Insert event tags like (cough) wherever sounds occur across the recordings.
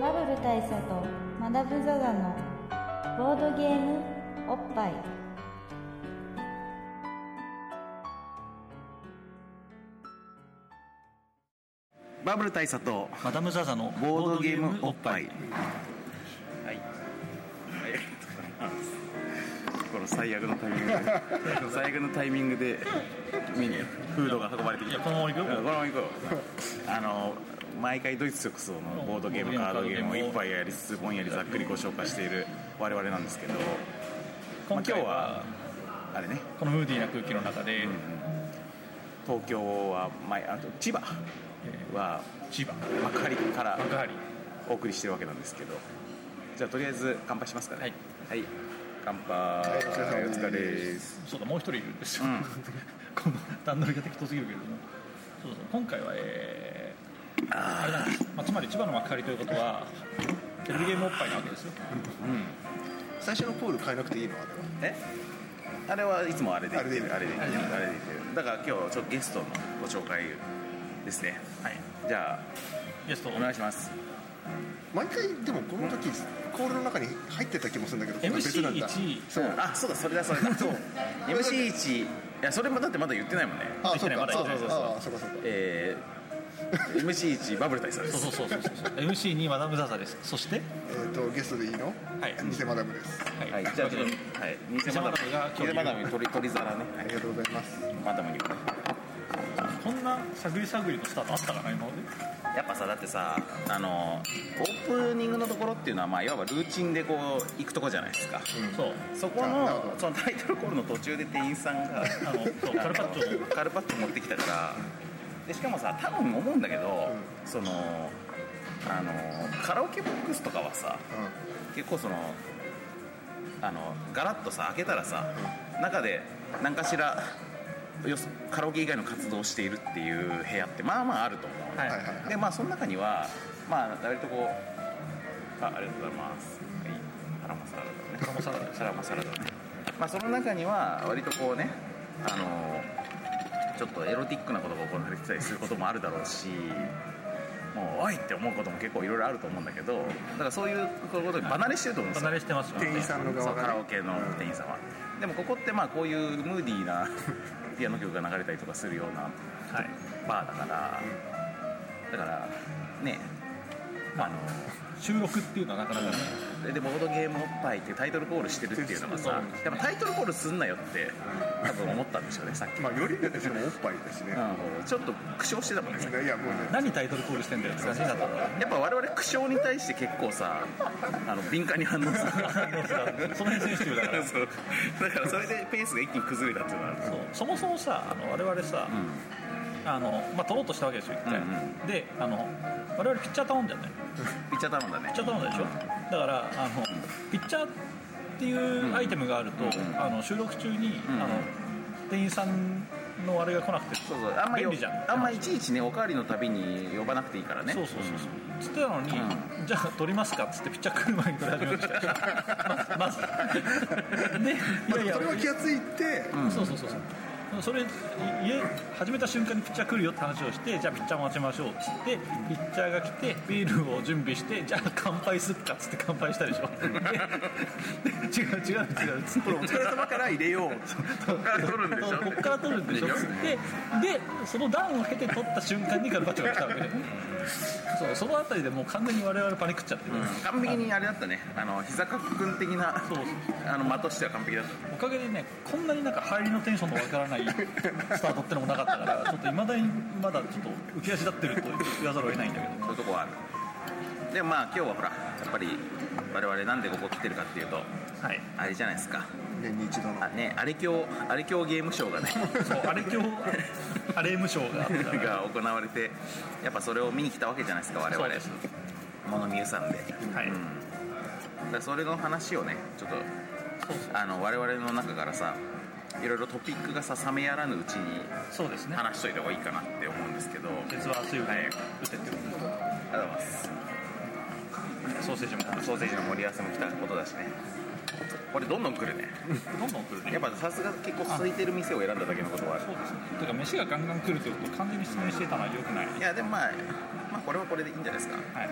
ラブル大佐とマダム・ザ・ザのボードゲームおっぱいバブル大佐とマダム・ザ・ザのボードゲームおっぱい。はい。 (laughs) この最悪のタイミングで、最悪のタイミングでメニューフードが運ばれてきいた。やうんこのままいくこのよまま行こう。あの毎回ドイツ直送のボードゲームカードゲームを一杯やりつつぼんやりざっくりご紹介している我々なんですけど、まあ、今今日回ははあれねこのムーディーな空気の中で、東京は前あと千葉は千葉幕張から幕張お送りしてるわけなんですけどじゃあとりあえず乾杯しますかねはい、はい乾杯お疲れですそうだもう一人いるんですよ、うん (laughs) この段取りが適当すぎるけれどもそうそう今回はえーあれなんです、まあ、つまり千葉の幕張ということはテレビゲームおっぱいなわけですよ最初のポール変えなくていいのあれえあはれはいつもあれで言ってるああれれでで言ってるあれで言ってるだから今日ちょっとゲストのご紹介ですねはいじゃあゲストお願いします毎回でもこの時コールの中に入ってた気もするんだけど MC1 そうあそうだそれだそれ (laughs) だそう MC1 いやそれもだってまだ言ってないもんねあそうまかだそ言っうてないそうあそうかそうかえー、MC1 バブル大佐でそうすそうそうそうそう MC2 マダム・ザ・ザですそしてえっとゲストでいいのはい偽マダムですははいじゃあちょっとはい偽マダム偽マダムが今日偽マダムに取り取り皿ねありがとうございますマダムにこんな探り探りのスタートあったかな今までやっぱさだってさあのオープニングのところっていうのはまあいわばルーチンでこう行くとこじゃないですかそうそこなるほのそのタイトルコールの途中で店員さんがあのそうカルパッチョカルパッチョ持ってきたからでしかもさ多分思うんだけど、そのあのカラオケボックスとかはさう結構そのあのガラッとさ開けたらさ中で何かしらよそカラオケ以外の活動をしているっていう部屋ってまあまああると思うはいはいはいでまあその中にはまあ割とこうあありがとうございますはいハラマサラダだねハラマサラダハラマサラダねまあその中には割とこうねあのちょっとエロティックなことが行われてたりすることもあるだろうしもうおいって思うことも結構いろいろあると思うんだけどだからそういうことに離れしてると思うんですよ離れしてますよ店員さんのそ側うがカねラオケの店員さんは、でもここってまあこういうムーディーな (laughs) ピアノ曲が流れたりとかするようなはいバーだから、だからねあの収録っていうのはなかなかねででボードゲームおっぱいってタイトルコールしてるっていうのがさやっぱタイトルコールすんなよって多分思ったんでしょうねさっき、まあよりでしもおっぱいですねうんちょっと苦笑してたもんねさっきいやもうね何タイトルコールしてんだよって感じだったからやっぱ我々苦笑に対して結構さあの敏感に反応するその辺選手だからそ (laughs) そうだからそれでペースが一気に崩れたっていうのはあるう (laughs) そもそもさあの我々さ、あのまあ、取ろうとしたわけですよ一回、うんであの我々ピッチャー頼んじゃったよピッチャー頼んだねピッチャー頼んだでしょだからあのピッチャーっていうアイテムがあると、うんあの収録中に、んあの店員さんのあれが来なくてそうそうあんまり便利じゃんあんまいちいちねおかわりのたびに呼ばなくていいからねそうそうそうそうつってたのに、じゃあ取りますかっつってピッチャー来る前に取り始めましたまずま (laughs) ずでいやそいれやは気がついてそうそうそうそうそれ家始めた瞬間にピッチャー来るよって話をしてじゃあピッチャー待ちましょうっつってピッチャーが来てビールを準備してじゃあ乾杯すっかっつって乾杯したでしょで違う違う違うっつってこれお疲れ様から入れ (laughs) ようこっから取るんでしょこっから取るんでしょっつってでその段を経て取った瞬間にカルパッチョが来たわけでそうその辺りでもう完全に我々パニックっちゃってる、完璧にあれだったねあの膝かくん的なそうそうあの間としては完璧だったおかげでねこんなになんか入りのテンションのわからないスタートってのもなかったからちょっといまだにまだちょっと浮き足立ってると言わざるを得ないんだけどそういうとこはあるでもまあ今日はほらやっぱり我々なんでここ来てるかっていうとはいあれじゃないですか年に一度のあねあれ教あれ教ゲームショーがねそうあれ今日あれ無償があったから (laughs) が行われてやっぱそれを見に来たわけじゃないですか我そ々うです物見ゆさんでだはい、からそれの話をねちょっとそうあの我々の中からさいろいろトピックがさ冷めやらぬうちにそうそうですね話しといた方がいいかなって思うんですけどありがとう鉄は水分はい打てってこございますとソーセージもソーセージの盛り合わせも来たことだしねこれどんどん来るねどんどん来るねやっぱさすが結構空いてる店を選んだだけのことはあるそうですねだから飯がガンガン来るってことを完全に失念してたのは良くないいやでもまあまあこれはこれでいいんじゃないですかはい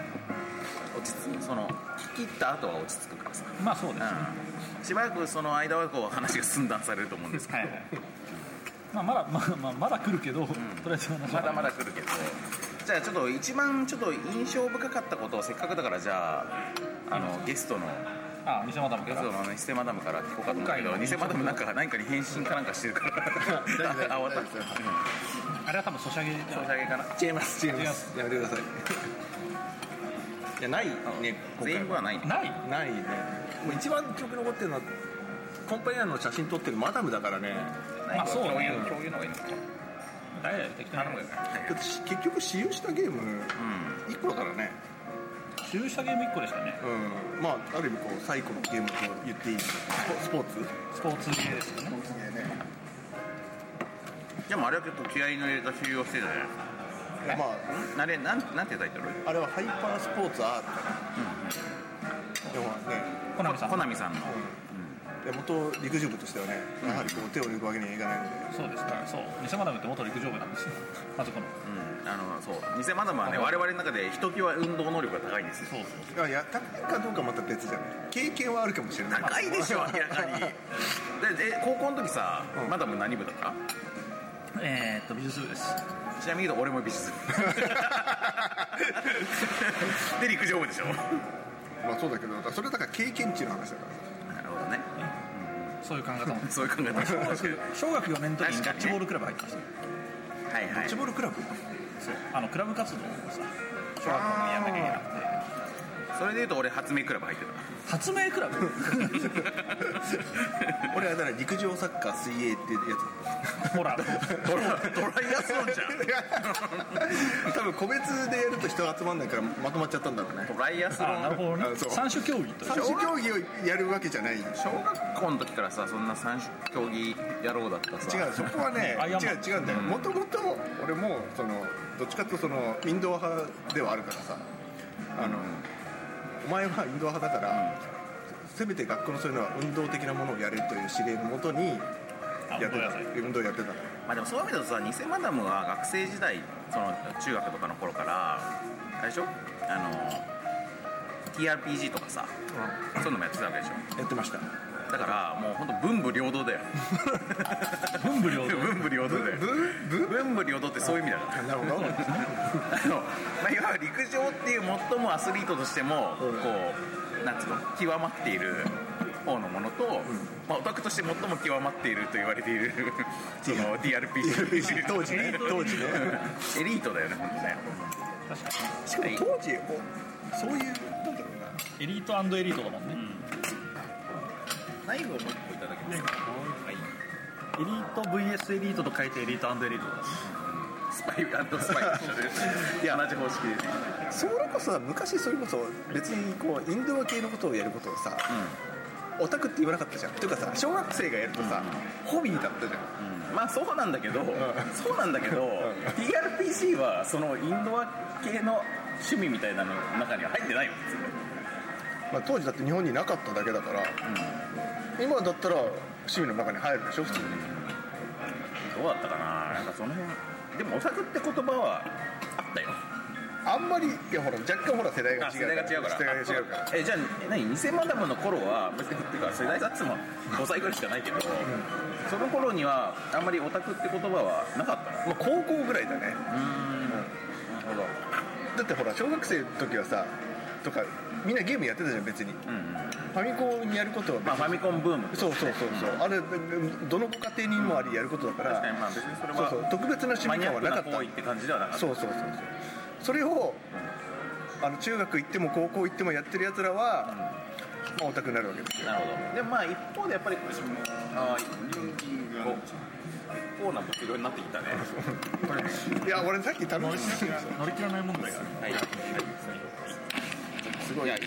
落ち着くその切った後は落ち着くからさまあそうですね、うんしばらくその間はこう話が寸断されると思うんですけど、はいはいまあまだまあまあまだ来るけど、とりあえず話まはだまだ来るけどじゃあちょっと一番ちょっと印象深かったことをせっかくだからじゃああのゲストのあ偽マダムかゲスらトの偽マダムから聞こうかと思うけど今回の偽マダムなんか何かに返信かなんかしてるから (laughs) あ終わったあれは多分ソシャゲじゃソなシいャゲかな違います違いますますやめてくださいいやないね今回全員はないねないないねもう一番記憶に残ってるのはコンパニアの写真撮ってるマダムだからねまあそうね共有共有の方がいいのか誰々適当頼なむよねはいだって結局使用したゲームう1個だからね注射ゲーム1個でしたねうんまあある意味こう最古のゲームと言っていいスポスポーツスポーツ系ですよねんでもあれは結構気合いの入れた収容してたじゃないいやまああれなんなんていうタイトルあれはハイパースポーツアートでもね、コナミさんコナミさんのうん、で元陸上部としてはね、やはりこう手を抜くわけにはいかないので、そうですからそう偽マダムって元陸上部な (laughs) んですよまずこのうんあのそう偽マダムはね我々の中でひときわ運動能力が高いんですよそうそういやいや高いかどうかはまた別じゃない経験はあるかもしれない高いでしょ (laughs) 明らかにでで高校の時さ、うんマダム何部だったえー、っと美術部ですちなみに言うと俺も美術 (laughs) 部で陸上部でしょな (laughs) まあそうだけどだからそれはだから経験値の話だからるほどねそういう考え方も (laughs) そういう考え方小学小学4年の時確にキかャにねッチボールクラブ入ってましたよはいはキャッいチボールクラブそうあのクラブ活動をさ小学校にやんなきゃいけなくてそれで言うと俺発明クラブ入ってた発明ク (laughs) ラブ俺はだから陸上サッカー水泳っていうやほらドラドライアスロンじつ (laughs) 多分個別でやると人が集まんないからまとまっちゃったんだろうねゃんドライアスロあなるンほどねあそう三種競技と三種競技をやるわけじゃない違う小学校の時からさそんな三種競技野郎だったさそこはねアイ違アンマンう違うんだよもともと俺もそのどっちかというとそのインドア派ではあるからさあのお前はインドア派だから、せめて学校のそういうのは運動的なものをやれという指令のもとにあやってごめんなたさい運動やってたのまあ、でもそういう意味だとさ偽マダムは学生時代その中学とかの頃からあれでしょあの TRPG とかさそういうのもやってたわけでしょやってましただからもう本当文武両道だよ文武両道文武両道だよ文武両道ってそういう意味だからなるほどあの、まあ、いわゆる陸上っていう最もアスリートとしてもこうんうなんつうの極まっている方のものと、まあ、オタクとして最も極まっていると言われてい (laughs) るその (laughs) TRPG 当時ね当時ねエリートだよね本当ね確かしかも当時こうそういうなんだろうなにエリートエリートだもんね、ナイフをもう一個いただきますはいエリート VS エリートと書いてエリートエリートですスパイスパイと (laughs) 一緒で同じ方式でねそれこそさ昔それこそ別にこうインドア系のことをやることをさ、オタクって言わなかったじゃんっていうかさ小学生がやるとさ、ホビーだったじゃんまあそうなんだけど、そうなんだけど、TRPG はそのインドア系の趣味みたいなの中には入ってないよ別にまあ、当時だって日本になかっただけだから、今だったら趣味の中に入るでしょ普通に、どうだったかななんかその辺でもお酒って言葉はあったよあんまりいやほら若干ほら世代が違う世代が違うからえじゃあえ何偽マダムの頃は別にっていうか世代差っつっても5歳ぐらいしかないけど、その頃にはあんまりオタクって言葉はなかったのまあ、高校ぐらいだねなるほどだってほら小学生の時はさとかみんなゲームやってたじゃん別にうんうんファミコンにやることは別にまあファミコンブームそうそうそうそう、あれどのご家庭にもありやることだから、確かにまあ別にそれそうはそう特別な趣マ味ニア感ッはクななかった行為って感じではなかったそうそうそうそうそれをあの中学行っても高校行ってもやってるやつらは、まあ、オタクになるわけですよなるほどでもまあ一方でやっぱりああ結構な物量になってきたねいや俺さっき頼みす乗り切らない問題がある (laughs) はいはいすごいいや予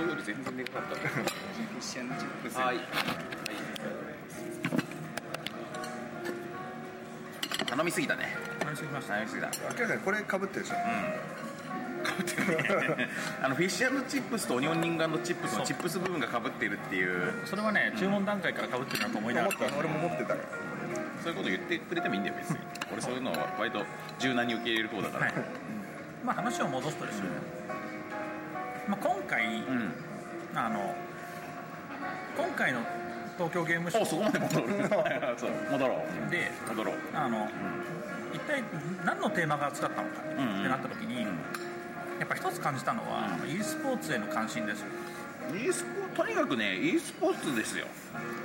想より全然でかかったはい。頼みすぎたね。楽しみました頼みすぎた。明らかにこれかぶってるでしょ、うかぶってるねあのフィッシュチップスとオニオンリングチップスのチップス部分がかぶってるっていうそれはね注文段階からかぶってるなと思いなが思らった俺も持って (laughs) たよそういうこと言ってくれてもいいんだよ (laughs) 別に俺そういうのは割と柔軟に受け入れる方だからまあ話を戻すとですね、まあ、今回、うんあの今回の東京ゲームシ (laughs) ョおそこまで戻るそう戻ろうウで戻ろうあの一体何のテーマが使ったのかってうんうんなった時に、やっぱ一つ感じたのは、う e スポーツへの関心ですよ e スポとにかくね e スポーツですよ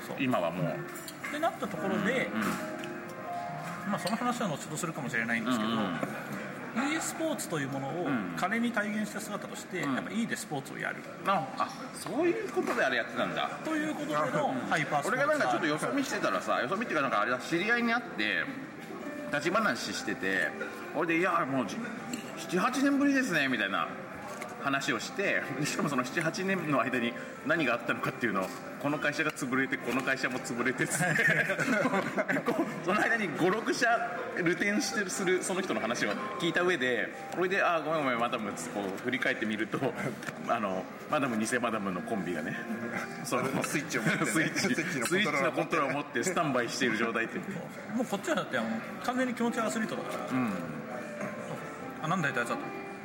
そう今はもうってなったところで、まあ、その話は後ほどするかもしれないんですけど、うん e スポーツというものをうん金に体現した姿として、んやっぱ e でスポーツをやるああそういうことであれやってたんだということでのハイパースポーツ俺がなんかちょっとよそ見してたらさよそ見っていうかなんかあれだ知り合いに会って立ち話してて俺で「いやもう78年ぶりですね」みたいな話をしてでしかもその78年の間に何があったのかっていうのをこの会社が潰れてこの会社も潰れて (laughs) っつってこうその間に56社流転してるするその人の話を聞いた上で俺で「ああごめんごめんマダム」つってこう振り返ってみるとあのマダム偽マダムのコンビがねそのスイッチを持っ (laughs) てねスイッチスイッチのコントローラーを持って (laughs) スイッチのコントローラーを持ってスタンバイしている状態ってもうこっちはだってあの完全に気持ちはアスリートだから、あなんだよあいつだとちょ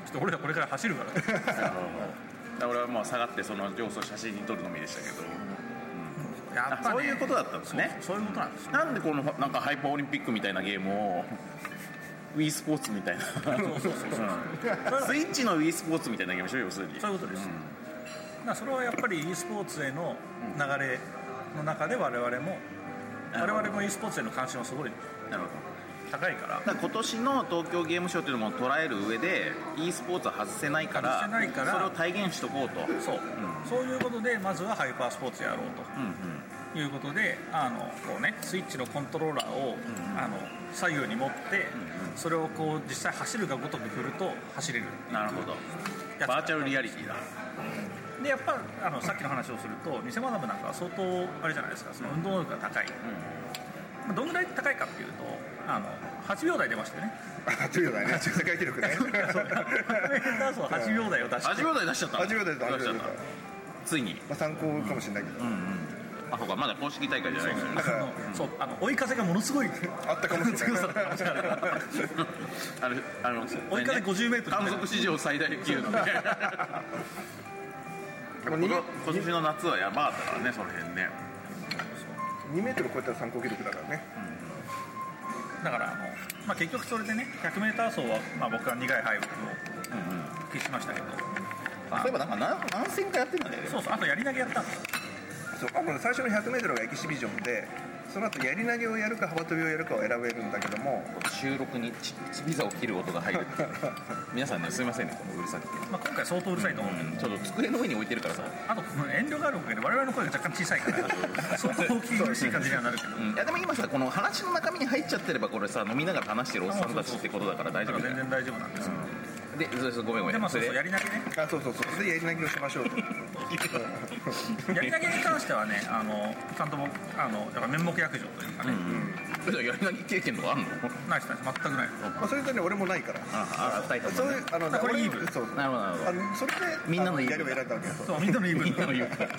っと俺らこれから走るからあの俺はもう下がってその様子を写真に撮るのみでしたけどや (laughs) あそういうことだったんですねそうそういうことなんですよなんでこのなんかハイパーオリンピックみたいなゲームを WE スポーツみたいなそうそうそうそううんスイッチの WE スポーツみたいなゲームでしょ要するにそういうことです、だからそれはやっぱり e スポーツへの流れの中で我々も我々も e スポーツへの関心はすごいなるほど高いからだから今年の東京ゲームショーっていうのも捉える上で e スポーツは外せないから外せないからそれを体現しとこうとそう、そういうことでまずはハイパースポーツやろううんうんということであのこう、ね、スイッチのコントローラーを、あの左右に持って、それをこう実際走るがごとく振ると走れるなるほどやつバーチャルリアリティだでやっぱあのさっきの話をすると偽マダムなんかは相当あれじゃないですかその運動能力が高い、まあ、どんぐらい高いかっていうとあの8秒台出ましたよね (laughs) あというだね世界記録ね (laughs) (laughs) ダースは8秒台を出して味わ題出しちゃったの初めてだ出しちゃったついにまあ、参考かもしれないけど、あそうかまだ公式大会じゃないですよねあのそうあの追い風がものすごいあったか (laughs) もしれない強さだったかもしれないあれあの追い風50メートル観測史上最大級のねもうこの今年の夏はやばかったからねその辺ね2メートル超えたら参考記録だからねだからあの、まあ、結局それでね 100m 走は、まあ、僕は苦い敗北を喫しましたけど、まあそういえばなんか何何戦かやってたんだよねそうそうあとやり投げやったんですよそうあもう最初の 100m がエキシビジョンでその後やり投げをやるか幅跳びをやるかを選べるんだけども収録にチチビザを切る音が入る (laughs) っていう皆さんねすいませんねこのうるさくてまあ、今回相当うるさいと思うけど、ちょっと机の上に置いてるからさ、あとこの遠慮があるおかげで我々の声が若干小さいから相当大きい苦しい感じにはなるけどうんいやでも今さこの話の中身に入っちゃってればこれさ飲みながら話してるおっさんたちってことだから大丈夫だだからよ全然大丈夫なんですけど、でそうそうごめんごめんでまあそうそうれやり投げ (laughs) ねあそうそうそうそれでやり投げをしまし (laughs) ょうとやり投げに関してはねあのちゃんと僕あのやっぱ面目躍如というかね、それやり投げ経験とかあるのないですね全くないまあそれとね俺もないからああったいと思そうういねうあのあこれ俺イーブそうそうなるほどなるほどあのそれでみんなのあイーブやりを選んだわけよそうそうみんなの言い分だの言うったから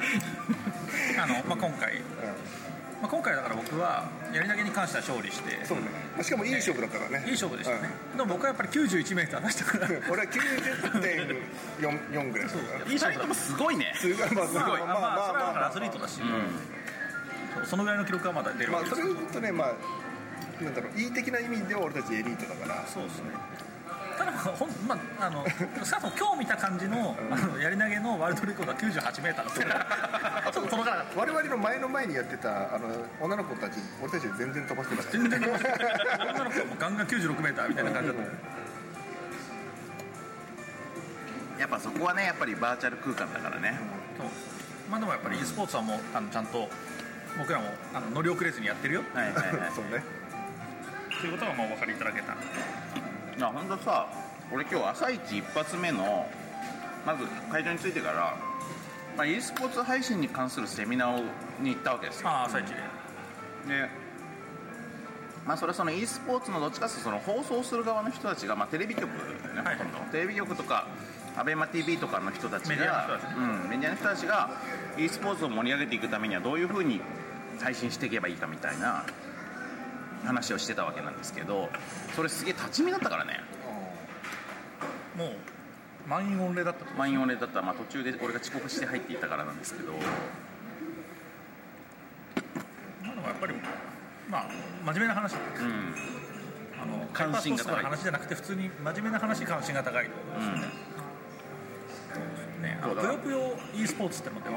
(laughs) (laughs) あの、まあ、今回、まあ、今回だから僕はやり投げに関しては勝利してそうねまあしかもいい勝負だったからねいい勝負でしたね、でも僕はやっぱり 91m 出したからうん俺は90.44ぐらいだったからいい人もすごいねすごいまあすごいまあままあまあ、それはだからあまアあスリートだし、そうそのぐらいの記録はまだ出るまわあけでそすれを言うとねまあなんだろういい的な意味では俺たちエリートだからそうですねただほん、まあ、あ (laughs) の少なくとも今日見た感じの,、あのやり投げのワールドレコードは 98m ですちょっと届かなかっ我々の前の前にやってたあの女の子たち俺たち全然飛ばしてなかったた全然飛ばして (laughs) ない女の子はもうガンガン 96m みたいな感じだったやっぱそこはねやっぱりバーチャル空間だからねそうまあでもやっぱり e スポーツはもうあのちゃんと僕らもあの乗り遅れずにやってるよはいはいはいそうねということはもうお分かりいただけたいや本当さ俺今日朝一一発目のまず会場に着いてから、まあ、e スポーツ配信に関するセミナーをに行ったわけですよああ朝一ででまあ、それはその e スポーツのどっちかというとその放送する側の人たちが、まあ、テレビ局だよね、はいほとんどテレビ局とか ABEMATV とかの人たちがメディアの人たちうん、メディアの人たちが e スポーツを盛り上げていくためにはどういうふうに配信していけばいいかみたいな話をしてたわけなんですけどそれすげえ立ち見だったからねもう満員御礼だった満員御礼だったら、まあ、途中で俺が遅刻して入っていったからなんですけどまあでもやっぱりまあ真面目な話うんあの関心が高いハイパースポーツの話じゃなくて普通に真面目な話関心が高いってことですよね、あそうだのぷよぷよ e スポーツってのも出ま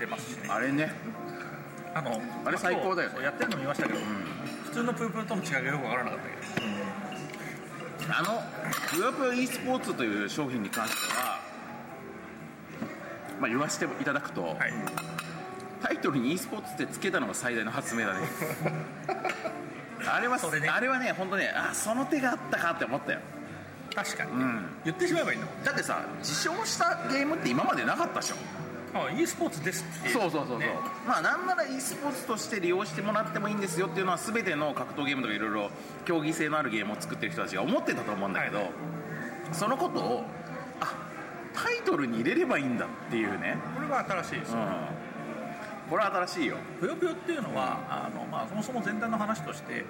出ますしねあれね、あのあれ最高だよねそうやってるの見ましたけど、うん、普通のぷよぷよとの違いがよく分からなかったけどあのぷよぷよ e スポーツという商品に関しては、まあ、言わせていただくと、はいタイトルに e スポーツってつけたのが最大の発明だねあれはそれねあれはね本当ねあその手があったかって思ったよ、確かに、うん、言ってしまえばいいんだもんだってさ自称したゲームって今までなかったでしょあ e スポーツですってそうそうそうそう、ねまあなんなら e スポーツとして利用してもらってもいいんですよっていうのは全ての格闘ゲームとかいろいろ競技性のあるゲームを作ってる人たちが思ってたと思うんだけど、はいそのことをあタイトルに入れればいいんだっていうね、これは新しいですうん、これは新しいよぷよぷよっていうのはあの、まあ、そもそも前段の話として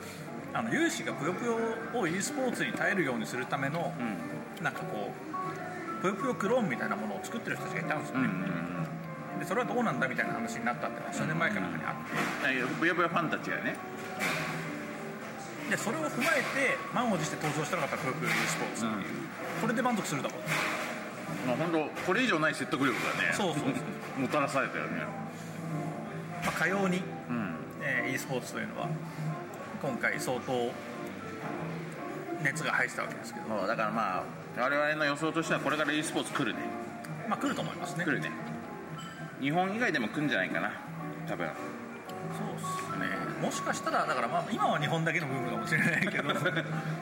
あの有志がぷよぷよを e スポーツに耐えるようにするためのうんなんかこうぷよぷよクローンみたいなものを作ってる人たちがいたんですようんうね、んでそれはどうなんだみたいな話になったってのは数年前かなんかにあっうんぶよぶよファンたちがねてでそれを踏まえて満を持して登場したのがぷよぷよ e スポーツっていう、これで満足するだろうもう本当これ以上ない説得力がねそうそうもたらされたよねまあ、かように、うんえー e スポーツというのは今回相当熱が入ってたわけですけど、そうだからまあ我々の予想としてはこれから e スポーツ来るねまあ、来ると思いますね来るね日本以外でも来るんじゃないかな多分そうですねもしかしたらだからまあ今は日本だけの部分かもしれないけ (laughs) ど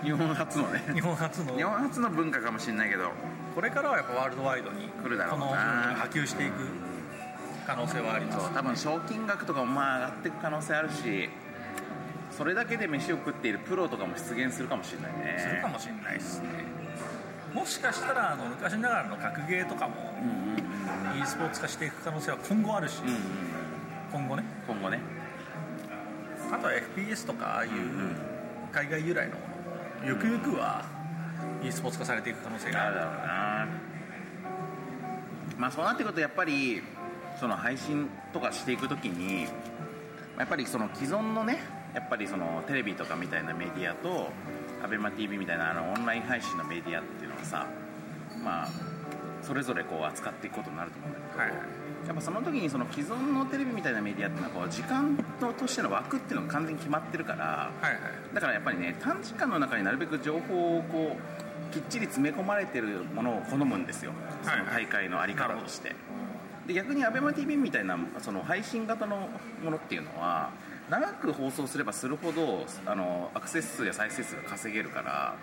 日本初のね日本初日の本初の文化かもしれないけどこれからはやっぱワールドワイドに来るだろうなこの文化が波及していく可能性はありますそう多分賞金額とかもまあ上がっていく可能性あるしそれだけで飯を食っているプロとかも出現するかもしれないねするかもしれないですねもしかしたらあの昔ながらの格ゲーとかもうんうんうん e スポーツ化していく可能性は今後あるし、うんうん今後ね今後ねあとは FPS とかああいう海外由来のものもゆくゆくは e スポーツ化されていく可能性がなあるるだろうなまあそうなってくるとやっぱりその配信とかしていくときにやっぱりその既存のねやっぱりそのテレビとかみたいなメディアと ABEMATV みたいなあのオンライン配信のメディアっていうのはさまあそれぞれこう扱っていくことになると思うんだけどはいやっぱその時にその既存のテレビみたいなメディアっていうのはこう時間ととしての枠っていうのが完全に決まってるからはいはいだからやっぱりね短時間の中になるべく情報をこうきっちり詰め込まれてるものを好むんですよ、はいはいその大会の在り方としてで逆に ABEMATV みたいなその配信型のものっていうのは長く放送すればするほどあのアクセス数や再生数が稼げるから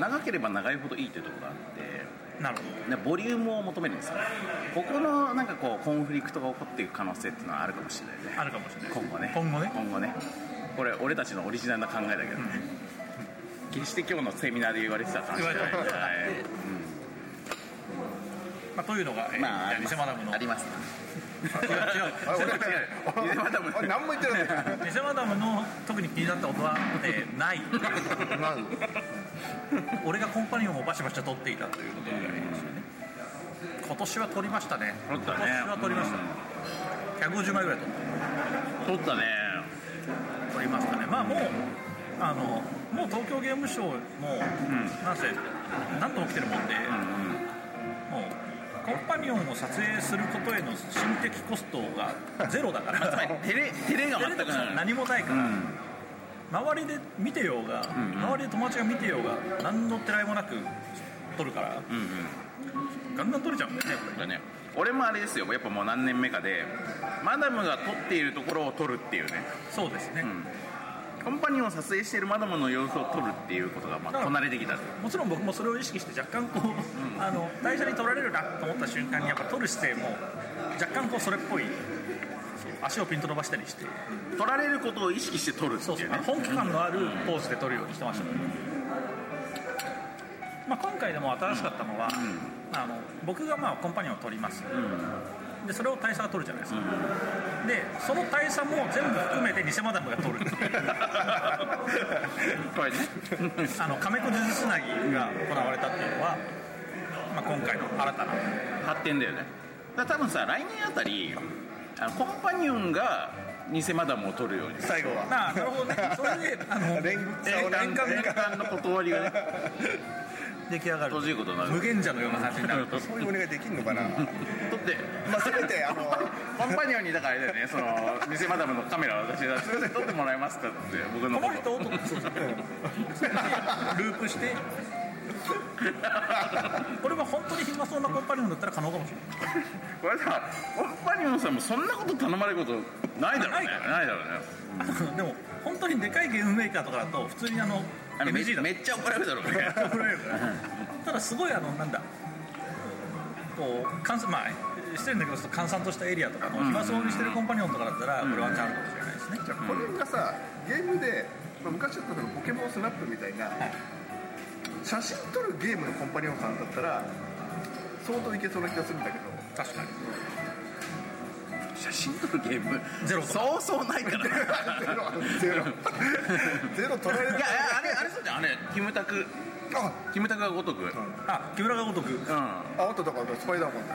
長ければ長いほどいいというところがあってなるほどでボリュームを求めるんですよここのなんかこうコンフリクトが起こっていく可能性っていうのはあるかもしれないねあるかもしれない今後ね今後ね今後ねこれ俺たちのオリジナルな考えだけどね決して今日のセミナーで言われてた感じじゃない言われたはいまあ、というのが、えーまあありま偽すマダムのあります違う (laughs) 違うあ俺違うゆでまだも俺何も言ってない偽マダムの特に気になったことは、えーないなん俺がコンパニオンをバシバシと取っていたということになりますよね今年は取りましたね取ったね今年は取りました、150枚ぐらい取取っったねた取りましたねまあもうあのもう東京ゲームショウも、なんせ何度も来てるもんで、うんもうコンパニオンを撮影することへの心的コストが (laughs) ゼロだ (laughs) かつまりら照れ照れが全くない何もないかうら、ん周りで見てようが、んうん周りで友達が見てようが何のてらいもなく撮るからうんうんガンガン撮れちゃうんだよねやっぱりだね俺もあれですよやっぱもう何年目かでマダムが撮っているところを撮るっていうねそうですね、コンパニオンを撮影しているマダムの様子を撮るっていうことがまあこなれてきたもちろん僕もそれを意識して若干こう、 (laughs) あの台車に取られるなと思った瞬間にやっぱ取る姿勢も若干こうそれっぽい足をピンと伸ばしたりして取られることを意識して取るってそういそううね本気感のあるポーズで撮るようにしてましたね、まあ、今回でも新しかったのは、あの僕がまあコンパニオンを撮りますうんでそれを大佐が撮るじゃないですか、でその大佐も全部含めて偽マダムが撮るって (laughs) いうこれねあの亀子数珠つなぎが行われたっていうのは、まあ、今回の新たな発展だよねだから多分さ来年あたりあのコンパニオンが偽マダムを取るように最後はまあなるほどねそれであの連え鎖をな連ん環年間の断りがね出来上がる閉じることになる無限者のような感じになるそういうお願いできんのかな取ってまあせめてあのコンパニオンにだからあれだよねその偽マダムのカメラを私が「すいません撮ってもらえますか?」って僕のここの人とを撮ってそうじゃんループしてこれは本当に暇そうなコンパニオンだったら可能かもしれないこれさコンパニオンさんもそんなこと頼まれることないだろうねないだろうねでも本当にでかいゲームメーカーとかだと普通にあのあのめ MG だめっちゃ怒られるだろうねと怒られるからただすごいあのなんだこう閑散まあ失礼だけどちょっと閑散としたエリアとかの暇そうにしてるコンパニオンとかだったらこれはチャンスかもしれないですねじゃあこれがさゲームで、まあ、昔だったそのポケモンスナップみたいな写真撮るゲームのコンパニオンさんだったら相当いけそうな気がするんだけど確かに写真撮るゲームゼロそうそうない (laughs) からねゼ (laughs) ロゼロ取られいるやあれあれそうじゃんあれキムタクあキムタクがごとくうんあ木村がごとくまああとだからスパイダーマンだ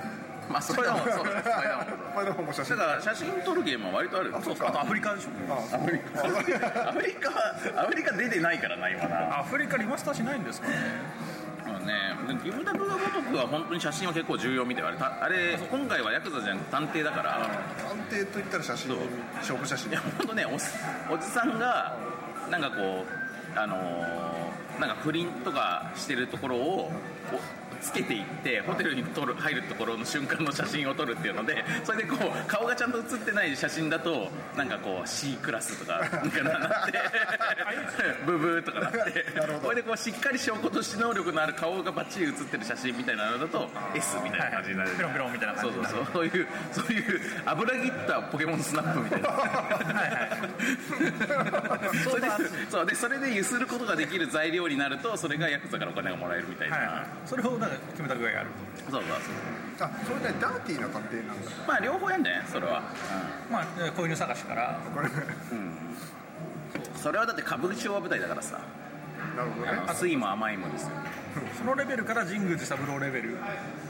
あそれだもんそうだスパイダーマンスパイダーマンも写だ真から写真撮るゲームは割とあるよあそうあとアかフリカでしょあアフリカアフリカアフリカ出てないからな今なアフリカリマスターしないんですかねそうねでもキムタクがごとくは本当に写真は結構重要みたいあれたあれ今回はヤクザじゃなくて探偵だから探偵といったら写真そう勝負写真いや本当ねおっおじさんがなんかこうあのーなんか不倫とかしてるところをおつけていってホテルに撮る入るところの瞬間の写真を撮るっていうのでそれでこう顔がちゃんと写ってない写真だとなんかこう C クラスとかなんかななって (laughs) ブブーとかなってこれでこうしっかり証拠として能力のある顔がバッチリ写ってる写真みたいなのだと S みたいな感じになるペロンペロンみたいなそ感うじそにうなるそうそういうそういう油切ったポケモンスナップみたいなはいはいそれでそうでそれでゆすることができる材料になるとそれがヤクザからお金がもらえるみたいな、はい、それをだからキムタクがやるとそうそうあそれねダーティーな探偵なんだそうまあ両方やんじゃないそれは、まあ子犬探しからこれそれはだって歌舞伎町は舞台だからさなるほどね酸いも甘いもですよそのレベルから神宮寺三郎レベル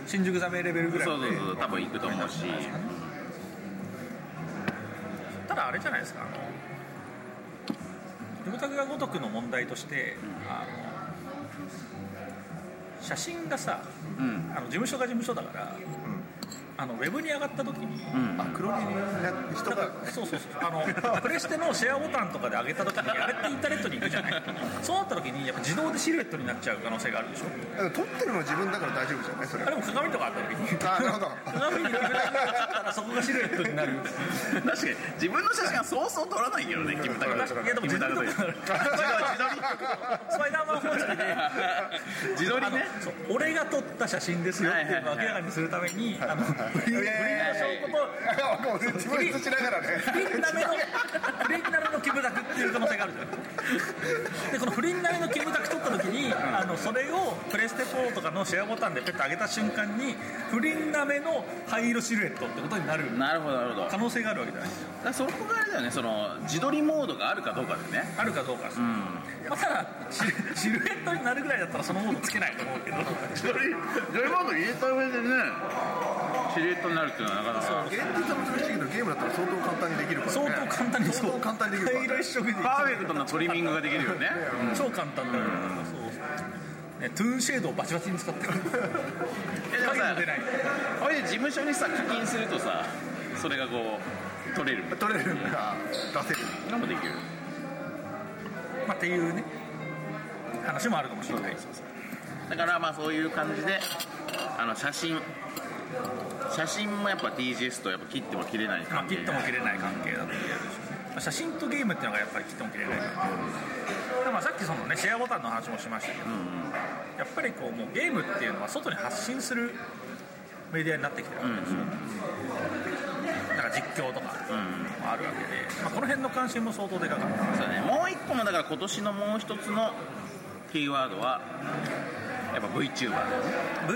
新宿ザメレベルぐらいそうまそでうそう多分行くと思うしただあれじゃないですかあのキムタクがごとくの問題として、あの写真がさうんあの事務所が事務所だから、あのウェブに上がった時にうんあ黒塗りな人だかがらそうそうそうあのプレステのシェアボタンとかで上げた時にあれってインターネットに行くじゃないそうなった時にやっぱ自動でシルエットになっちゃう可能性があるでしょ撮ってるの自分だから大丈夫じゃな (laughs) いそれあでも鏡とかあった時にあなるほど鏡に入れられたらそこがシルエットになる確かに自分の写真はそうそう撮らないけどねキムタクだいやでもキム自タ分クとというかスパイダーマン方式で自撮りねあのそう俺が撮った写真ですよっていうのを明らかにするためにあの不倫不倫の証拠と自分映しながらね不倫なめの不倫なめのキムタクっていう可能性があるじゃんでこの不倫なめのキムタク撮った時にあのそれをプレステ4とかのシェアボタンでペッと上げた瞬間に不倫なめの灰色シルエットってことになるなるほどなるほどだ可か能性があるわけじゃないらそこがあれだよねその自撮りモードがあるかどうかでねあるかどうかです、まあ、ただシルシルエットになるぐらいだったらそのモードつけないと思うけど自撮り自撮りモード入れた上でねシルエットになるっていうのはなかなか現実は難しいけどゲームだったら相当簡単にできるからね相当簡単に相当簡単にできるから灰ね色一色でパーフェクトなトリミングができるよね超簡単だよ、そうねトゥーンシェードをバチバチに使ってるえでも影さも出ないこれで事務所にさ課金するとさそれがこう取れるみた取れるんだ出せるいなのもできるまあ、っていうね話もあるかもしれないだからまあそういう感じであの写真写真もやっぱ TGS とやっぱ切っても切れないまあ、関切係っても切れない関係だと言えるでしょうね、まあ、写真とゲームっていうのがやっぱり切っても切れないから、まあ、さっきそのねシェアボタンの話もしましたけど、やっぱりこうもうゲームっていうのは外に発信するメディアになってきてるわけですよ、だからから実況とか、うん、あるわけでまあ、この辺の関心も相当でかかったそうだねもう一個のだから今年のもう一つのキーワードはやっぱ VTuber だよね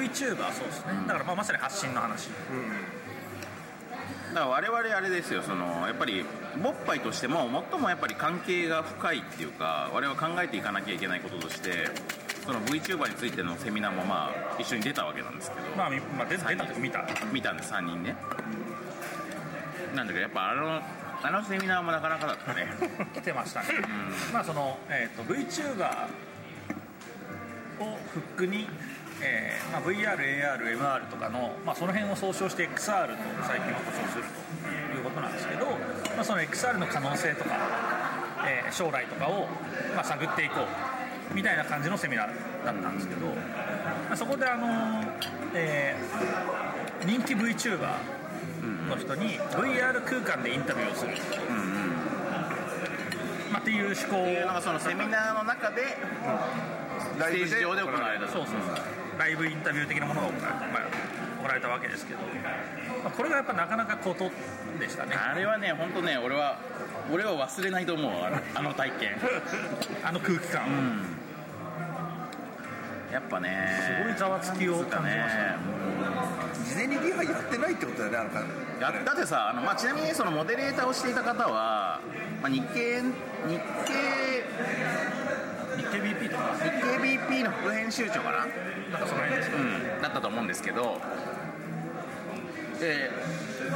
VTuber そうですね、だからまあまさに発信の話だから我々あれですよそのやっぱりボッパイとしても最もやっぱり関係が深いっていうか我々は考えていかなきゃいけないこととしてその VTuber についてのセミナーもまあ一緒に出たわけなんですけどまあ、みまあ、出出たとこ (laughs) 見た見たんで3人ねなんだけどやっぱあのあのセミナーもなかなかだ (laughs) ったね来てましたね、まあその、えー、と VTuber をフックに、えーまあ、VRARMR とかの、まあ、その辺を総称して XR と最近は呼称するということなんですけど、まあ、その XR の可能性とか、えー将来とかを、まあ、探っていこうみたいな感じのセミナーだったんですけど、まあ、そこであのえー人気 VTuber の人に VR 空間でインタビューをする、まあ、っていう趣向っていうのがそのセミナーの中でラステイーブジで上で行われたそうそうそうライブインタビュー的なものが行われた,、まあ、行われたわけですけど、まあ、これがやっぱなかなかことでしたねあれはね本当ね俺は俺は忘れないと思うあのあの体験あの空気感、やっぱねすごいざわつきを感じましたね事前にリハやってないってことだよねあの感じやだってさあの、まあ、ちなみにそのモデレーターをしていた方は、まあ、日経日経日経 BP とか日経 BP の副編集長かな、なんかその辺ですうん、だったと思うんですけどで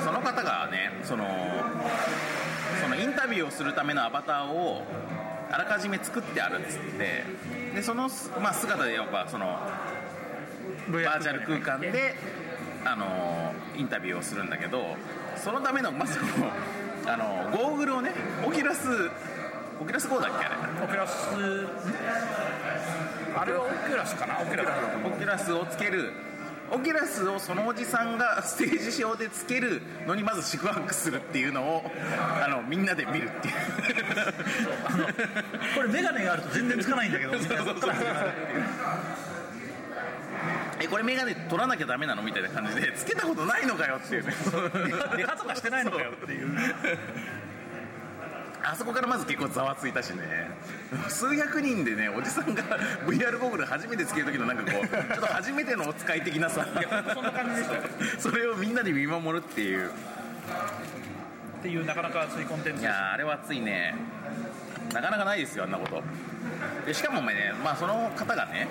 その方がねそのそのインタビューをするためのアバターをあらかじめ作ってあるっつってでその、まあ、姿でやっぱそのバーチャル空間で、あのインタビューをするんだけどそのためのまずこの、 (laughs) あのゴーグルをねオキュラスオキュラス GO だっけあれオキュラスあれはオキュラスかなオキュラスオキュラスをつけるオキュラスをそのおじさんが (laughs) ステージ上でつけるのにまず宿泊するっていうのをあのみんなで見るっていうこれ眼鏡があると全然つかないんだけどみたいなそっから始まるえこれメガネ取らなきゃダメなのみたいな感じでつけたことないのかよっていう (laughs) ねリハとかしてないのかよっていう (laughs) あそこからまず結構ざわついたしね数百人でねおじさんが VR ゴーグル初めてつける時のなんかこうちょっと初めてのお使い的なさいやほんとそんな感じでしたよそれをみんなで見守るっていうっていうなかなか熱いコンテンツいでしやたーあれは熱いねなかなかないですよあんなことでしかもね、まあ、その方がね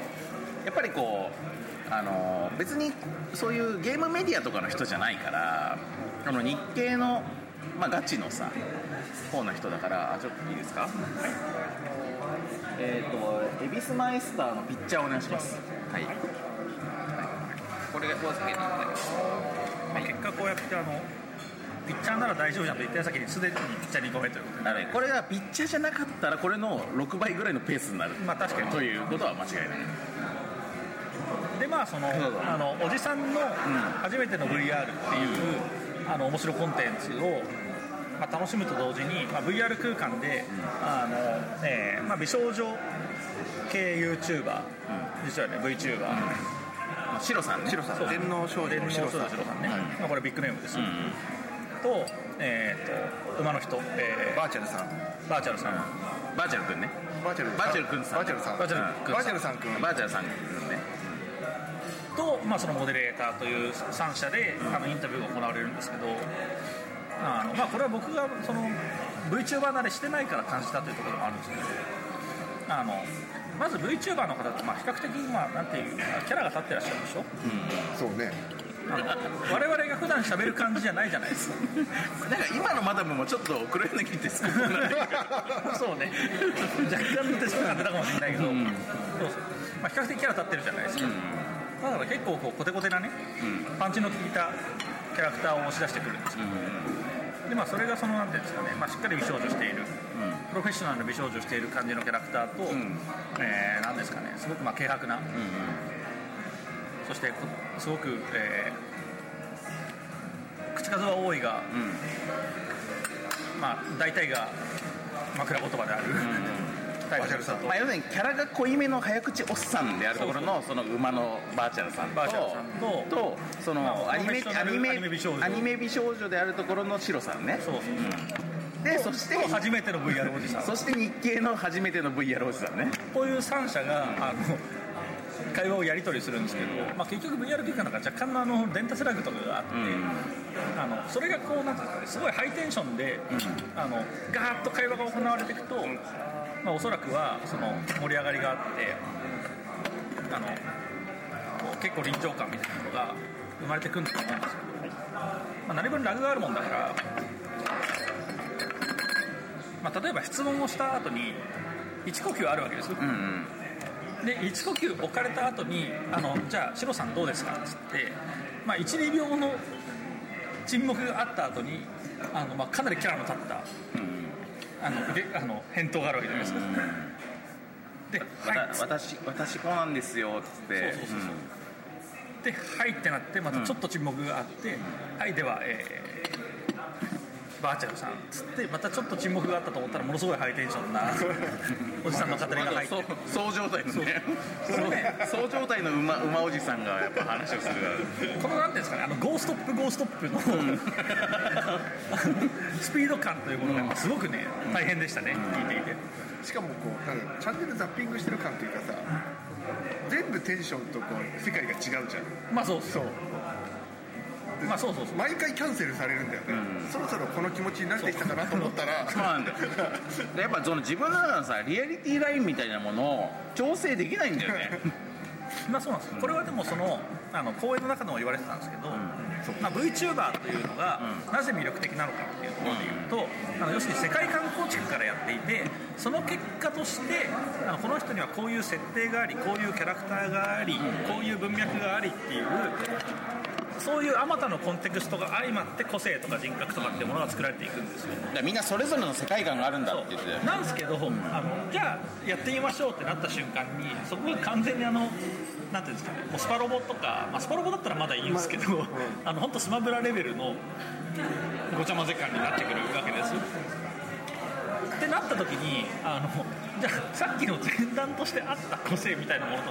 やっぱりこう、あのー別にそういうゲームメディアとかの人じゃないからあの日系の、まあ、ガチのさ方の人だからあちょっといいですか、はい、えっ、と恵比寿マイスターのピッチャーお願いしますはい、はい、これがこうですねまあ結果こうやってあのピッチャーなら大丈夫じゃんと言った矢先にすでにピッチャーに5名ということでだからねこれがピッチャーじゃなかったらこれの6倍ぐらいのペースになるまあ確かにということは間違いないでまあそのそうそうあのおじさんの初めての VR っていう、あの面白いコンテンツを、まあ、楽しむと同時に、まあ、VR 空間で、あのえーまあ、美少女系 YouTuber、実はね VTuber、シロさんねシロさそう電脳少女電の脳白少さ女のん白さんね、はいまあ、これビッグネームですよ、と,、えー、と馬の人、えーバーチャルさんバーチャルさん、バーチャルくんねバーチャルバーチャルくんさんバーチャルさんバーチャルくんさんバーチャルさんくんバーチャルさんくんねと、まあ、そのモデレーターという3社であのインタビューが行われるんですけどあの、まあ、これは僕がその VTuber 離れしてないから感じたというところもあるんですけどあのまず VTuber の方って、まあ、比較的、まあ、なんていうかキャラが立ってらっしゃるでしょそうねあの我々が普段喋る感じじゃないじゃないですかなんか今のマダムもちょっと黒柳ってすごくない (laughs) そうね若干の手数が出たかもしれないけど、そうそうまあ、比較的キャラ立ってるじゃないですか、だから結構こうコテコテなね、パンチの効いたキャラクターを押し出してくるんですよ、でまあそれがそのなんていうんですかね、まあ、しっかり美少女している、プロフェッショナルの美少女している感じのキャラクターと、んえーなんですかねすごくまあ軽薄な、そしてこすごく、えー口数は多いが、まあ大体が枕言葉である、タイバーチャルさんとまあ、要するにキャラが濃いめの早口おっさんであるところのその馬のバーチャルさんとバーチャルさんととそまあのアニメプロフェッショナアルニメアニメ美少女アニメ美少女であるところのシロさんねそうそうでそしてと初めての VR おじ (laughs) さんそして日系の初めての VR おじさんねこういう3社があの会話をやり取りするんですけど、まあ、結局 VR 機器なんか若干のあのレンタスラグとかがあって、あのそれがこうなんていうんですかねすごいハイテンションで、あのガーッと会話が行われていくと、まあ、おそらくはその盛り上がりがあってあのこう結構臨場感みたいなのが生まれてくるんだと思うんですけど、まあ、何分ラグがあるもんだから、まあ、例えば質問をした後に一呼吸あるわけですようんうんで一呼吸置かれた後にあのじゃあシロさんどうですか?」っつって、まあ、12秒の沈黙があった後にあのまあかなりキャラの立ったあのであの返答があるわけじゃないですか、で「わたはい」っつっ私私こうなんですよっつってそうそうそうそうて「はい」ってなってまたちょっと沈黙があって「はいでは、えーバーチャルさん」っつってまたちょっと沈黙があったと思ったらものすごいハイテンショ (laughs) ンなおじさんの語りが入ってそうそう状態ですねそうそう状態の馬馬おじさんがやっぱ話をするからこのなんていうんですかねあのゴーストップゴーストップの、スピード感というものがやっぱすごくね、大変でしたね、聞いていてしかもこうなんかチャンネルザッピングしてる感というかさ全部テンションとこう世界が違うじゃんまあそうそうでまあそうそうそう毎回キャンセルされるんだよね、そろそろこの気持ちになってきたかなと思ったらそうなんだよでやっぱその自分の中のさリアリティラインみたいなものを調整できないんだよねまあそうなんですこれはでもそのあの講演の中でも言われてたんですけど、まあ、VTuber というのが、なぜ魅力的なのかっていうところで言うと、あの要するに世界観構築からやっていてその結果としてあのこの人にはこういう設定がありこういうキャラクターがあり、こういう文脈がありっていうそういうあまたのコンテクストが相まって個性とか人格とかっていうものが作られていくんですよだからみんなそれぞれの世界観があるんだって言ってたよねなんですけど、あのじゃあやってみましょうってなった瞬間にそこが完全にあのなんていうんですかねもうスパロボとか、まあ、スパロボだったらまだいいんですけど、あの本当スマブラレベルのごちゃ混ぜ感になってくるわけですよってなった時にあのじゃあさっきの前段としてあった個性みたいなものとか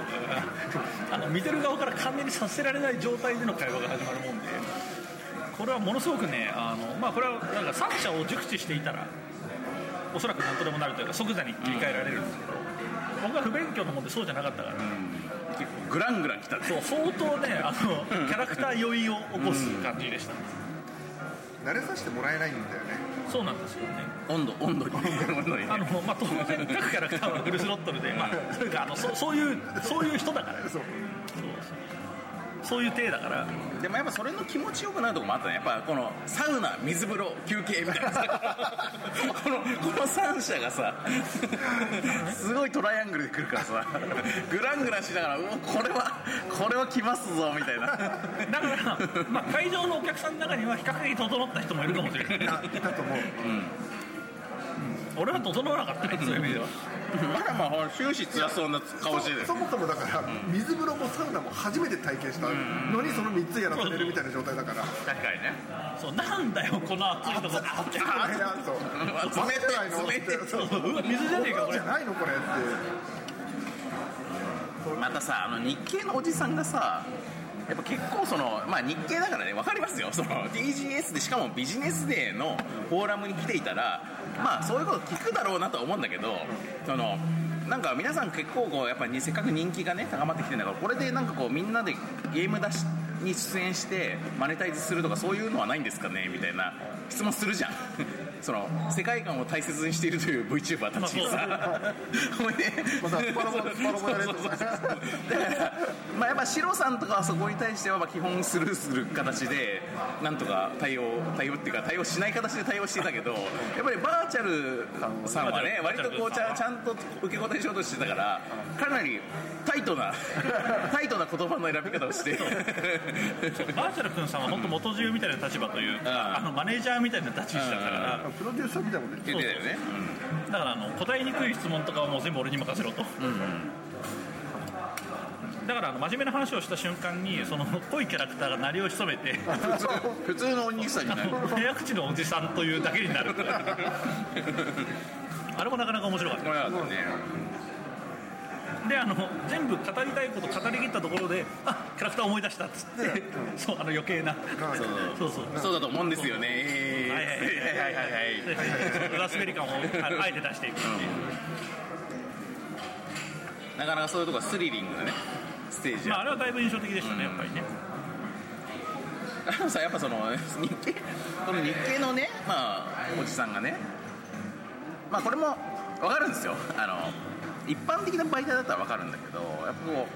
があの見てる側から完全にさせられない状態での会話が始まるもんでこれはものすごくねあの、まあ、これはなんか作者を熟知していたらおそらく何とでもなるというか即座に切り替えられるんですけど、僕は不勉強のもんでそうじゃなかったから、グラングラン来たねそう相当ねあのキャラクター酔いを起こす感じでした、慣れさせてもらえないんだよね (laughs) そうなんですよね温度温度に温度にあねの、まあ、当然各キャラクターはフルスロットルで、まあ、というかあのそそういうそういう人だからそうそうそういう体だからでもやっぱそれの気持ちよくなるとこもあったねやっぱこのサウナ水風呂休憩みたい (laughs) なさこのこの三者がさすごいトライアングルで来るからさグラングランしながらうわこれはこれは来ますぞみたいなだから、まあ、会場のお客さんの中には比較的整った人もいるかもしれない (laughs) だだと思う俺は整わなかったねそういう意味ではまだまあほら終始辛そうな顔してるそそもそもだから、水風呂もサウナも初めて体験したのにその3つやらされるみたいな状態だから確かにねそうなんだよこの暑いとこって (laughs) あれなんと冷てないの冷てってそううわ水じゃねえかこじれゃないのこれってまたさあの日系のおじさんがさやっぱ結構そのまあ日系だからね分かりますよその TGS でしかもビジネスデーのフォーラムに来ていたらまあそういうこと聞くだろうなとは思うんだけどそのなんか皆さん結構こうやっぱりせっかく人気がね高まってきてるんだからこれでなんかこうみんなでゲーム出しに出演してマネタイズするとかそういうのはないんですかねみたいな質問するじゃん (laughs) その世界観を大切にしているという VTuber たちにさ (laughs) ほいでまたスパロボスパロボやれとそうそうそうだから、 (laughs) まあ、やっぱシロさんとかはそこに対してはまあ基本スルーする形でなんとか対応対応っていうか対応しない形で対応してたけどやっぱりバーチャルさんはね割とこうちゃんちゃんと受け答えしようとしてたからかなりタイト (laughs) なタイトな言葉の選び方をしてバーチャル君さんは本当元重みたいな立場というか、うあのマネージャーみたいな立ち位置だったから、プロデューサーみたいなこと言って言ってたよねだからあの答えにくい質問とかはもう全部俺に任せろと、だからあの真面目な話をした瞬間にその濃いキャラクターが鳴りを潜めて普通普通のお兄さんになる (laughs) 早口のおじさんというだけになるあれもなかなか面白かったこれはねであの全部語りたいこと語り切ったところであキャラクター思い出したっつって、そうあの余計ななんか (laughs) そうそうそうだと思うんですよねえーはいははいいはいはいで裏滑り感をあのあえて出していくっていうなかなかそういうとこはスリリングなねステージまやあ、あれはだいぶ印象的でしたね、やっぱりね。あのさやっぱその日系この日系のねまあおじさんがねまあこれも分かるんですよあの一般的な媒体だったら分かるんだけどやっぱこ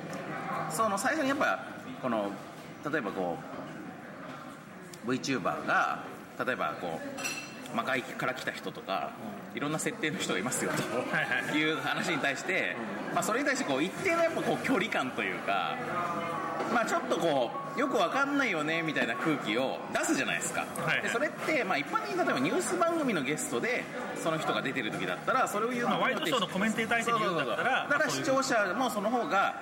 うその最初にやっぱこの例えばこう VTuber が例えばこう魔界から来た人とかいろんな設定の人がいますよという話に対して、まあ、それに対してこう一定のやっぱこう距離感というかまあ、ちょっとこうよくわかんないよねみたいな空気を出すじゃないですか、いはいでそれって、まあ、一般的に例えばニュース番組のゲストでその人が出てる時だったらそれを言うのまあ、もワイドショーのコメンテーター相手に言うんだったら、だからそうい視う聴者もその方が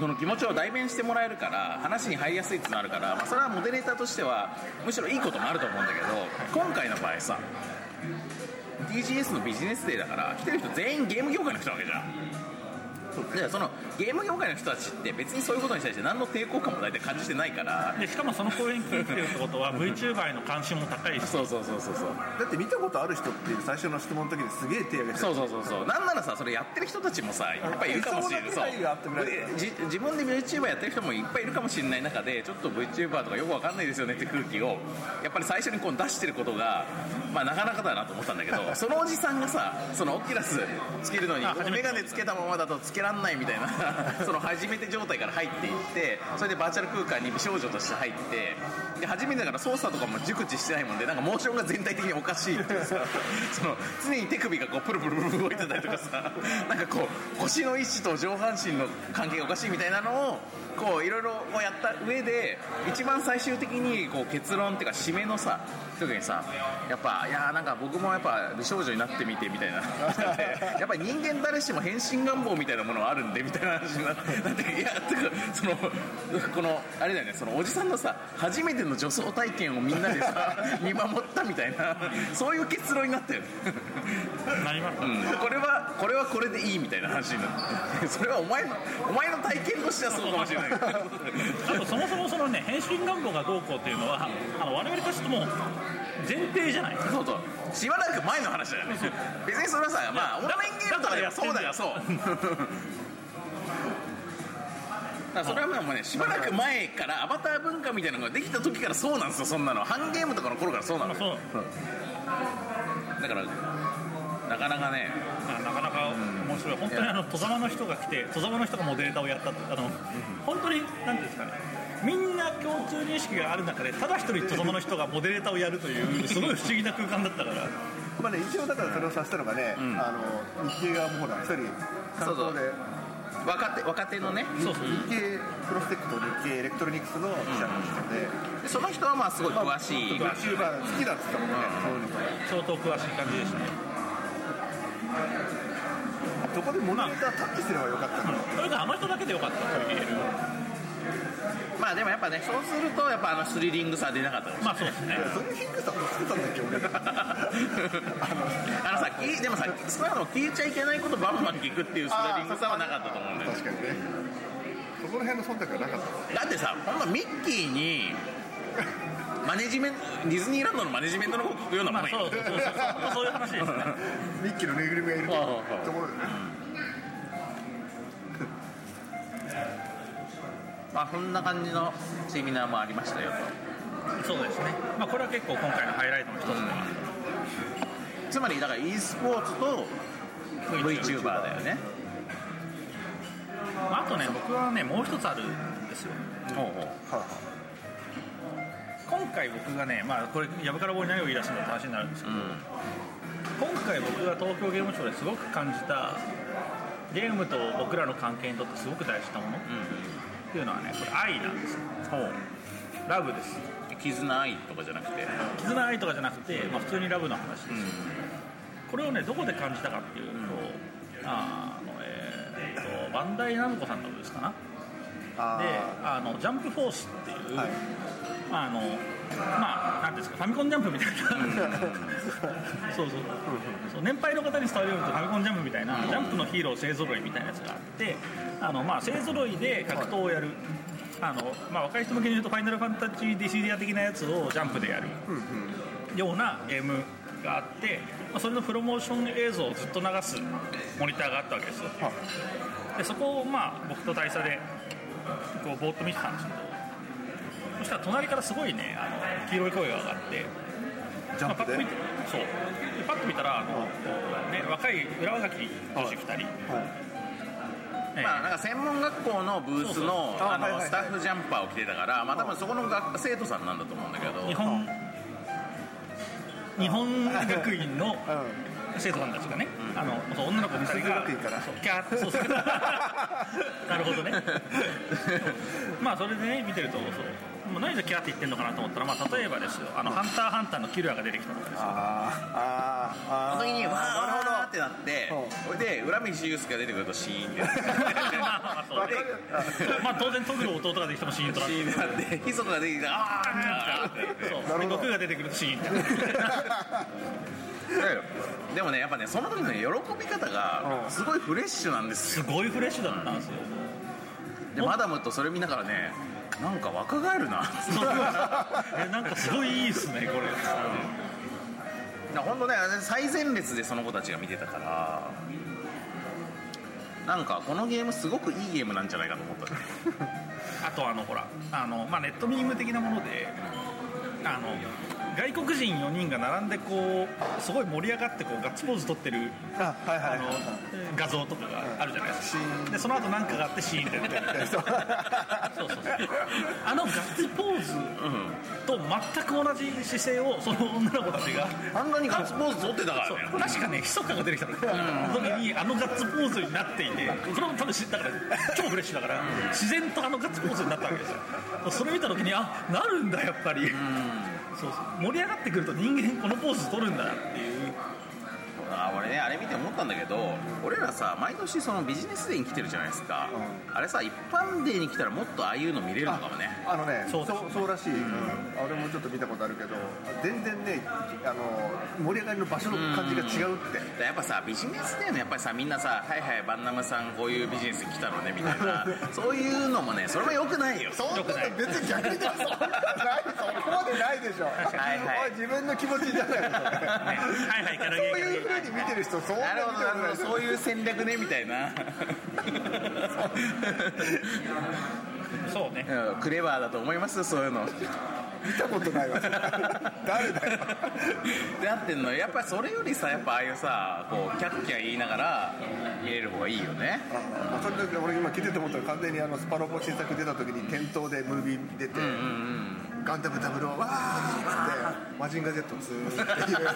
その気持ちを代弁してもらえるから話に入りやすいっていうのあるから、まあ、それはモデレーターとしてはむしろいいこともあると思うんだけど今回の場合さ TGS のビジネスデーだから来てる人全員ゲーム業界の人なわけじゃんだからそのゲーム業界の人たちって別にそういうことに対して何の抵抗感も大体感じてないからでしかもその公演聞いてるってことは VTuber への関心も高いしそうそうそうそうそうだって見たことある人って最初の質問の時にすげえ手挙げてそうそうそうそうなんならさそれやってる人たちもさいっぱいいるかもしれない理想の世界があってくれるそうじ自分で VTuber やってる人もいっぱいいるかもしれない中でちょっと VTuber とかよくわかんないですよねって空気をやっぱり最初にこう出してることが、まあ、なかなかだなと思ったんだけ (laughs) どそのおじさんがさそのオキュラスつけるのにあ初メめてガネつけたままだとつけらんないみたい (laughs) なその初めて状態から入っていってそれでバーチャル空間に美少女として入ってで初めてだから操作とかも熟知してないもんでなんかモーションが全体的におかしいっていうさ (laughs) その常に手首がこうプルプルプル動いてたりとかさなんかこう腰の位置と上半身の関係がおかしいみたいなのをこういろいろこうやった上で一番最終的にこう結論っていうか締めのさ時にさやっぱいやーなんか僕もやっぱ美少女になってみてみたいな (laughs) やっぱり人間誰しも変身願望みたいなものはあるんでみたいな話になってなっていやてかそのこのあれだよねそのおじさんのさ初めての女装体験をみんなでさ (laughs) 見守ったみたいなそういう結論になったよねなります、うんこれはこれはこれでいいみたいな話になってそれはお前のお前の体験としてはそうかもしれないけどあとそもそもそのね変身願望がどうこうっていうのはあの我々としても前提じゃないそうそうしばらく前の話だよね別にそれはさまあオンラインゲームとかでもそうだよそうだからそれはもうねしばらく前からアバター文化みたいなのができた時からそうなんですよそんなのハンゲームとかの頃からそうなのまあよそうだからなかなかねまあなかなか面白い本当にあの戸様の人が来て戸様の人がモデレーターをやったあの本当に何ていうんですかねみんな共通認識がある中でただ一人戸様の人がモデレーターをやるというすごい不思議な空間だったからまあね、一応だからそれをさせたのがね、あの日系側もほら一人そ参うそう考で若手若手のねそうそう日系プロステックと日系エレクトロニクスの記者の人で、でその人はまあすごい詳しい YouTuber 好きだっつったもんね、そういうのとか相当詳しい感じでしたねそこでモニタータッチすればよかったのにそれがあの人だけでよかったと言えるまあでもやっぱねそうするとやっぱあのスリリングさは出なかったかもしまあそうですねそういうヒンクさも作ったんだっけ俺れないあのさ聞いでもさ少なくとも聞いちゃいけないことバンバン聞くっていうスリリングさはなかったと思うんだよね確かにねそこら辺の忖度がなかっだってさほんまミッキーにマネジメントディズニーランドのマネジメントのこと聞くようなもまんあよそうそうそうそう本当そういう話ですねたミッキーのぬいぐるみがいるところでねまあそんな感じのセミナーもありましたよとそうですねまあこれは結構今回のハイライトの一つではつまりだから e スポーツと VTuber だよねまああとね僕はねもう一つあるんですよは今回僕がねまあこれやぶから棒に何を言い出すのって話になるんですけど今回僕が東京ゲームショウですごく感じたゲームと僕らの関係にとってすごく大事なものっていうのはねこれ愛なんですよラブですうん絆愛とかじゃなくて絆愛とかじゃなくて、まあ、普通にラブの話です、これをねどこで感じたかっていうと、あのえーとバンダイナムコさんのことですかなでああのジャンプフォースっていう、はいまああのまあなんていうんですかファミコンジャンプみたい (laughs) な、そうそうそう年配の方に伝わるようにとファミコンジャンプみたいな、ジャンプのヒーロー勢ぞろいみたいなやつがあってあの、まあ、勢ぞろいで格闘をやる、あのまあ、若い人向けに言うと「ファイナルファンタジーディシリア」的なやつをジャンプでやるようなゲームがあって、まあ、それのプロモーション映像をずっと流すモニターがあったわけですよはいでそこをまあ僕と大佐でこうぼーっと見てたんですけどそしたら隣からすごいねあの黄色い声が上がってジャンまあパップと見でてそうでパッと見たらあの、ね、若い浦和崎女子2人、ねまあ、なんか専門学校のブースのそうああはいはいのはいスタッフジャンパーを着てたから、まあ、多分そこの学生徒さんなんだと思うんだけど日本日本学院のうん生徒さんたちがね、あのそう女の子2人が美鈴学院からそうキャーそう (laughs) そうなるほどねまあそれでね見てるとそうもう何でキャーって言ってんのかなと思ったら、まあ、例えばですよ「あのハンターハンター」のキルアが出てきたと (laughs) かですよあーあその時にわなるほどーってなってそれで浦道祐介が出てくるとシーン (laughs) ってなってまあまあそうね (laughs) まあ当然トグル弟ができてもシーンとなっシーンてになってヒソが出てきてあーなんかってそうなるほどで悟空が出てくるとシーンとなってでもねやっぱねその時の喜び方がうんすごいフレッシュなんですすよごいフレッシュだったんですよ (laughs) でマダムとそれ見ながらねなんか若返るなってえなんかすごいいいですねこれ本当ねあれ最前列でその子たちが見てたからなんかこのゲームすごくいいゲームなんじゃないかと思 (laughs) ったねあとあのほらあの、まあ、ネットミーム的なものであの外国人4人が並んでこうすごい盛り上がってこうガッツポーズ取ってるあはいはあいのはい画像とかがあるじゃないですシーかでその後なんかがあってシーンって出てくるそうそうそうそうあのガッツポーズと全く同じ姿勢をその女の子たちがあんなにガッツポーズ取ってたからそうね確かね、ひそかが出てきたの、その時にあのガッツポーズになっていて、これも多分しだから超フレッシュだから、自然とあのガッツポーズになったわけですよ、それ見た時に、あなるんだ、やっぱり、そうそう盛り上がってくると、人間、このポーズ取るんだっていう、あ俺ねあれ見て思ったんだけど俺らさ毎年そのビジネスデーに来てるじゃないですか、あれさ一般デーに来たらもっとああいうの見れるのかもねあのねそそううですそうらしい、うん俺もちょっと見たことあるけど全然ねあの盛り上がりの場所の感じが違うって、だからやっぱさビジネスデーのやっぱりさみんなさ「はいはいバンナムさんこういうビジネスに来たのね」みたい (laughs) なそういうのもねそれもよくないよそんなの別に逆にでもそんなのないそこまでないでしょ、いはいおい自分の気持ちじゃ (laughs) ない (laughs) はのいはい、キャラそうゲーキャラいゲうーふうに見てる人そんななにるほどなるほどそうそういう戦略ねみたいなそうね、うんクレバーだと思いますそういうの見たことないわそれ誰だよってなってんのやっぱりそれよりさやっぱああいうさこうキャッキャ言いながら見れる方がいいよねあそれだけ俺今聞いてて思ったら完全にあのスパロボ新作出た時に店頭でムービー出て「ガンダム00」わーっつって「マジンガジェット2」っていう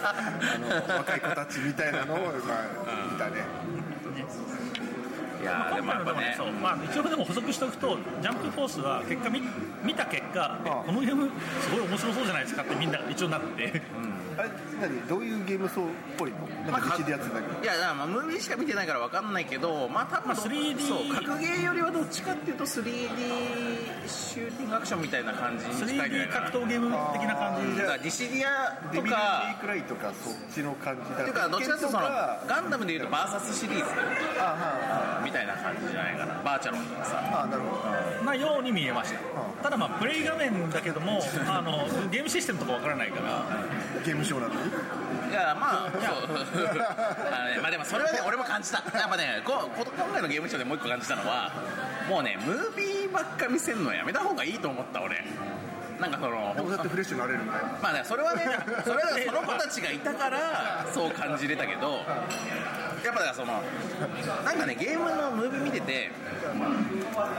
あの若い子たちみたいなのを今見たねいやーでも今やっぱ回のでもねねそうまあ、一応でも補足しておくと、ジャンプフォースは結果見、見た結果、ああこのゲーム、すごい面白そうじゃないですかって、みんなが一応なって。あれ何どういうゲーム層っぽいのなんか CD やつだけどいやだからまあムービーしか見てないから分かんないけどまあ多ま分あ 3D そう格ゲーよりはどっちかっていうと 3D シューティングアクションみたいな感じに近いんじゃない 3D かな格闘ゲーム的な感だじでからディシディアデとビル・メイかクライとかそっちの感じだていうかどっちかっていうとそのガンダムでいうとバーサスシリーズあはみたいな感じじゃないかなバーチャロンとかさああなるほどなように見えましたただまあプレイ画面だけどもあのゲームシステムとかわからないからゲームショーなのにいやまあそう (laughs) あのねまあでもそれはね俺も感じたやっぱねここ今回のゲームショーでもう一個感じたのはもうねムービーばっか見せるのやめた方がいいと思った俺なんかそのでもだってフレッシュになれるんだよまあね、それはね、それはその子たちがいたから、そう感じれたけど、やっぱだからその、なんかね、ゲームのムービー見てて、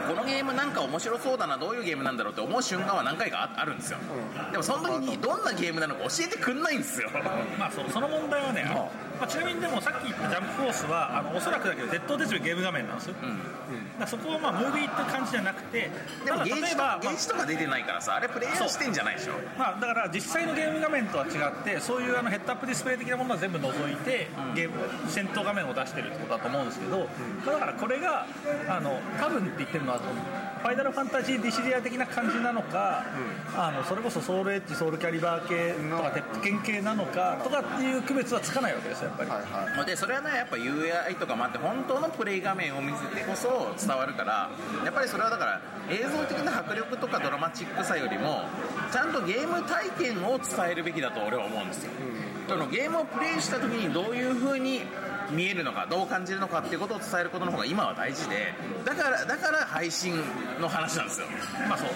このゲームなんか面白そうだな、どういうゲームなんだろうって思う瞬間は何回かああるんですよ。でもその時にどんなゲームなのか教えてくんないんですよ。まあそうその問題はねあのまあ、ちなみにでもさっき言ったジャンプフォースはあのおそらくだけど絶倒絶命ゲーム画面なんですよだかうんらそこはまあムービーって感じじゃなくてでたもだゲ例ーえジとば、ゲージとか出てないからさあれプレイヤーしてんじゃないでしょまあ、だから実際のゲーム画面とは違ってそういうあのヘッドアップディスプレイ的なものは全部除いて、ゲーム戦闘画面を出してるってことだと思うんですけど、まあだからこれがあの多分って言ってるのはファイナルファンタジーディシリア的な感じなのか、あのそれこそソウルエッジソウルキャリバー系とか鉄拳系なのかとかっていう区別はつかないわけですよやっぱり、はいはいでそれはねやっぱ UI とかもあって本当のプレイ画面を見せてこそ伝わるからやっぱりそれはだから映像的な迫力とかドラマチックさよりもちゃんとゲーム体験を伝えるべきだと俺は思うんですよ、そのゲームをプレイした時にどういう風に見えるのかどう感じるのかっていうことを伝えることの方が今は大事でだからだから配信の話なんですよまあそう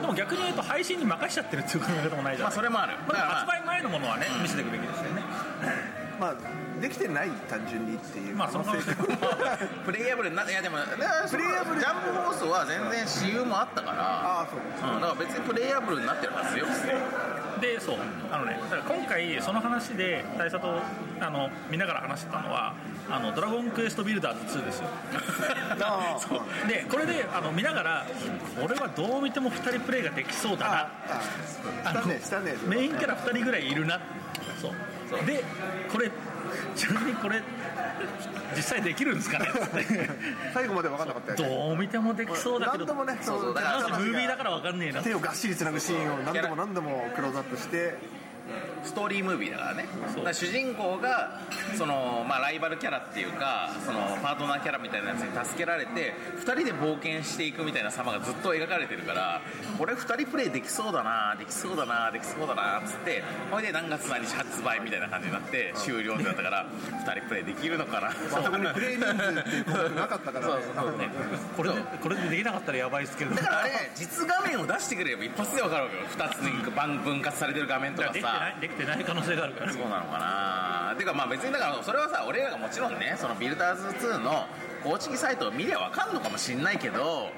でも逆に言うと配信に任しちゃってるっていう考え方もないじまあゃないですそか、れもあるだまからあ、まあ発売前のものはね見せていくべきですよねまあできてない単純にっていうまあその (laughs) 可能性まプレイヤブルになっていやでもプレイヤブルジャンプ放送は全然私有もあったからああそううん、だから別にプレイヤブルになってるはずよでそうあのねだから今回その話で大佐とあの見ながら話してたのは「あのドラゴンクエストビルダーズ2」ですよ (laughs) ああそうでこれであの見ながらこれはどう見ても2人プレイができそうだなああしのたねしたねメインキャラ2人ぐらいいるなそうそうでこれちなみにこれ実際できるんですかねつって最後まで分かんなかったよねどう見てもできそうだけど何度もねそうそうのだからなんせムービーだから分かんねえなって手をがっしりつなぐシーンを何度も何度もクローズアップしてストーリームービーだからねそうだから主人公がその、まあ、ライバルキャラっていうかそのパートナーキャラみたいなやつに助けられて2人で冒険していくみたいな様がずっと描かれてるからこれ2人プレイできそうだなできそうだなできそうだなっつってほいで何月何日発売みたいな感じになって終了ってなったから2人プレイできるのかな全くねプレイ人数っていう項目なかったからね (laughs) そうそうねこれでこれでできなかったらやばいですけどだからあれ実画面を出してくれれば一発で分かるわけよ2つに番分割されてる画面とだかからできてさないできてない可能性があるからそうなのかなてかまあ別にだからそれはさ俺らがもちろんねそのビルダーズ2の公式サイトを見りゃわかんのかもしんないけど、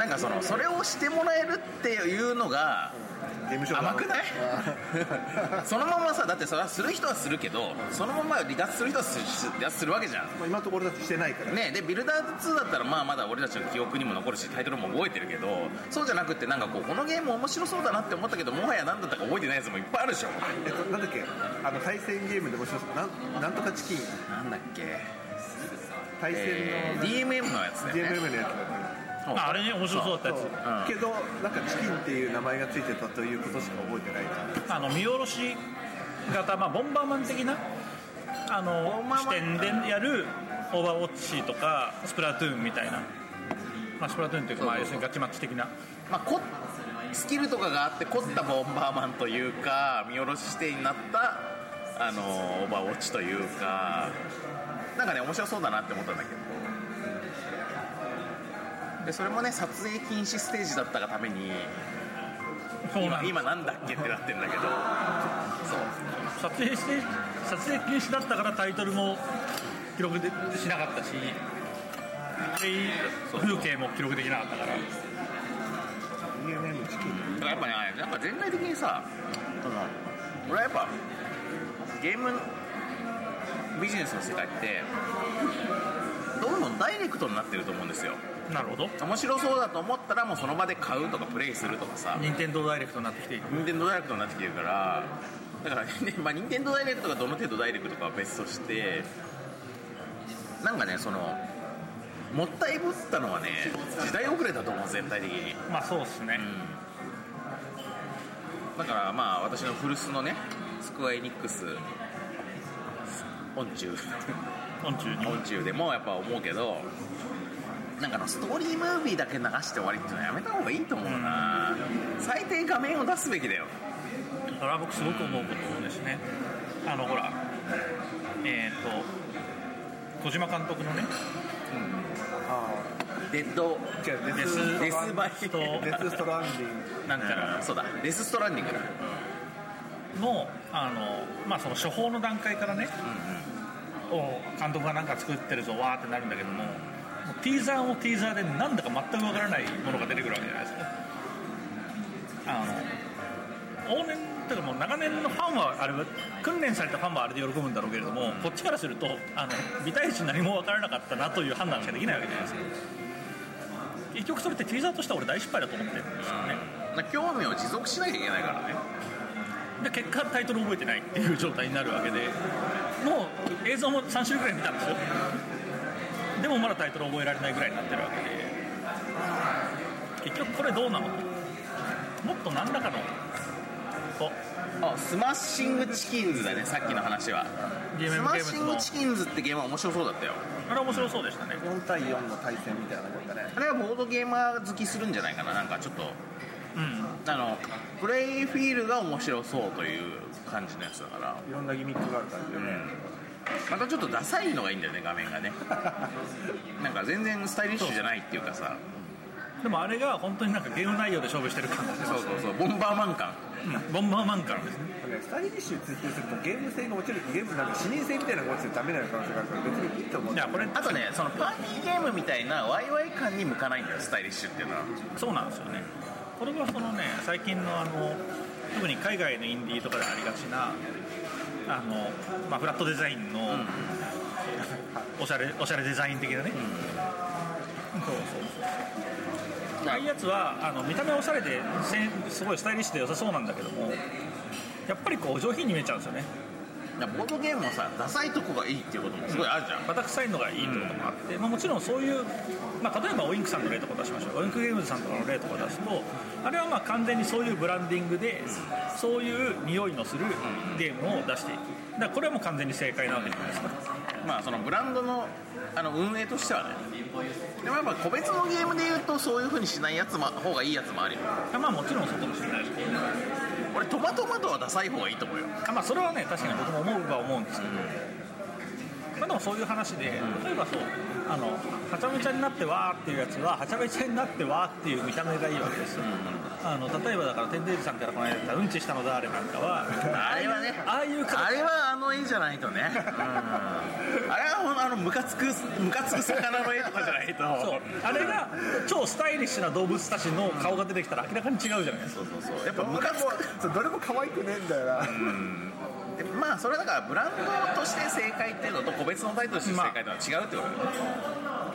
なんかそのそれをしてもらえるっていうのがゲームショー甘くないそのままさだってそれはする人はするけどそのまま離脱する人はす離脱するわけじゃんまあ今のところだってしてないからねねでビルダーズ2だったらまあまだ俺たちの記憶にも残るしタイトルも覚えてるけどそうじゃなくってなんかこうこのゲーム面白そうだなって思ったけどもはや何だったか覚えてないやつもいっぱいあるでしょえっとなんだっけあの対戦ゲームで面白そうなんなんとかチキンなんだっけ対戦の、えー DMM のやつだよね DMM のやそうまああれね面白そうだっつただやよつねんけどなんかチキンっていう名前がついてたということしか覚えてないなあの見下ろし型、まあ、ボンバーマン的なあのンバー視マ点ンでやるオーバーウォッチとかスプラトゥーンみたいな、まあ、スプラトゥーンというか、まあ、そう要そうそうするにガチマッチ的なまあ、こスキルとかがあって凝ったボンバーマンというか見下ろし視点になったあのオーバーウォッチというかなんかね面白そうだなって思ったんだけどでそれもね撮影禁止ステージだったがためにそう今なんです今なんだっけってなってんだけどそう撮影して撮影禁止だったからタイトルも記録でしなかったしで風景も記録できなかったから DMM チキンだからやっぱねなんか全体的にさその俺はやっぱゲームビジネスの世界ってどんどんダイレクトになってると思うんですよなるほど面白そうだと思ったらもうその場で買うとかプレイするとかさ任天堂ダイレクトになってきている任天堂ダイレクトになってきてるからだから、ね、 (laughs) まあ任天堂ダイレクトがどの程度ダイレクトかは別としてなんかねそのもったいぶったのはね時代遅れだと思う全体的にまあそうですね、だからまあ私の古巣のねスクエアエニックスオンチュ昆虫にオンチュでもやっぱ思うけどなんかあのストーリームービーだけ流して終わりっていうのはやめた方がいいと思うな、最低画面を出すべきだよそれは僕すごく思うことですねあのほらえっ、と小島監督のねあデッドあ違うデデススデスバイ人デスストランディングなんかうんそうだデスストランディングだのあの、まあ、その処方の段階からね、を監督がなんか作ってるぞわーってなるんだけどももうティーザーもティーザーでなんだか全くわからないものが出てくるわけじゃないですかあの往年だからもう長年のファンはあれは訓練されたファンはあれで喜ぶんだろうけれどもこっちからするとあの美大値何も分からなかったなという判断しかできないわけじゃないですか結局それってティーザーとしては俺大失敗だと思ってるんですよねだから興味を持続しなきゃいけないからねで結果タイトル覚えてないっていう状態になるわけでもう映像も3種類ぐらい見たんですよでもまだタイトル覚えられないぐらいになってるわけで結局これどうなのもっと何らかのとあスマッシングチキンズだねさっきの話はゲスマッシングのチキンズってゲームは面白そうだったよあれ面白そうでしたね4対4の対戦みたいなもんだねあれはボードゲーマー好きするんじゃないかななんかちょっとうんあのプレイフィールが面白そうという感じのやつだからいろんなギミックがある感じよね、またちょっとダサいのがいいんだよね画面がね (laughs) なんか全然スタイリッシュじゃないっていうかさでもあれが本当になんかゲーム内容で勝負してる感じです、そうそうそうボンバーマン感うん、ボンバーマン感ですねね、スタイリッシュ追求するとゲーム性が落ちるゲームなんか視認性みたいなのが落ちてダメな可能性があるから別にいいと思うんいだやこれあとねそのパーティーゲームみたいなワイワイ感に向かないんだよスタイリッシュっていうのはそうなんですよねこれがそのね最近のあの特に海外のインディーとかでありがちなあの、まあ、フラットデザインの、 (laughs) おしゃれおしゃれデザイン的なね、そうそうそうああいうやつはあの見た目おしゃれでせんすごいスタイリッシュで良さそうなんだけどもやっぱりこうお上品に見えちゃうんですよねだからボードゲームもさダサいとこがいいっていうこともすごいあるじゃん、バタ臭いのがいいってこともあって、まあ、もちろんそういう、まあ、例えばオインクさんの例とか出しましょうオインクゲームズさんとかの例とか出すとあれはまあ完全にそういうブランディングでそういう匂いのするゲームを出していくだからこれはもう完全に正解なわけじゃないですかまあそのブランドのあの運営としてはねでもやっぱ個別のゲームで言うとそういう風にしないやつも方がいいやつもあるよまあもちろんそうかもしれないし俺トマトマトはダサい方がいいと思うよあまあそれはね確かに僕も思うは思うんですけど、まあ、でもそういう話で例えばそうあのはちゃめちゃになってわーっていうやつははちゃめちゃになってわーっていう見た目がいいわけですよ、あの例えばだから天デイジさんからこの間言ったうんちしたのだあれなんかはあれはねああいう形あれはあの絵じゃないとね、あれはほんあのムカつくムカつく魚の絵とかじゃないとそうあれが超スタイリッシュな動物たちの顔が出てきたら明らかに違うじゃないですそかうそうそうやっぱムカつくそうどれも可愛くねえんだよな、まあそれはだからブランドとして正解っていうのと個別のタイトルとして正解っていうのは違うってことだよね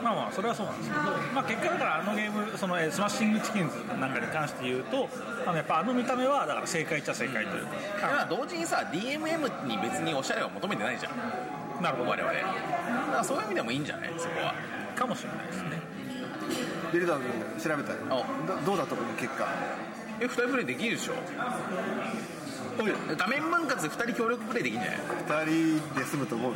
まあまあそれはそうなんですけど、まあ、結果だからあのゲームそのえースマッシングチキンズなんかに関して言うとあのやっぱあの見た目はだから正解っちゃ正解というだか、から同時にさ DMM に別におしゃれを求めてないじゃんなるほど我々だからそういう意味でもいいんじゃないそこはかもしれないですねビルダーズ調べたよどどうだと思う結果え二人プレイできるでしょ画面分割で二人協力プレイできんじゃない2人で済むと思う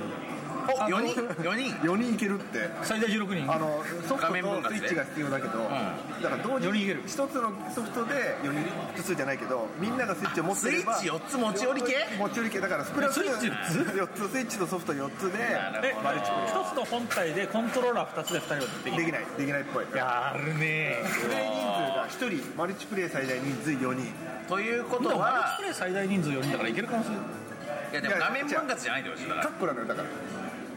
おあ4人そう4人4人いけるって最大16人あのソフ画トとスイ面分割でッチが必要だけど、だから同時四人いにける1つのソフトで4人複数じゃないけどみんながスイッチを持ってればスイッチ四つ持ち寄り系持ち寄り系だからスプラトゥーンスイッチ四4つスイッチとソフト4つでで1つの本体でコントローラー2つで2人はできでるきないできないっぽいやるねプレイ人数が1人マルチプレイ最大人数4人というこえでともマルチはプレイ最大人数4人だからいけるかもしれないいやでも画面分割じゃないってことでしょだカかッコなのよだからら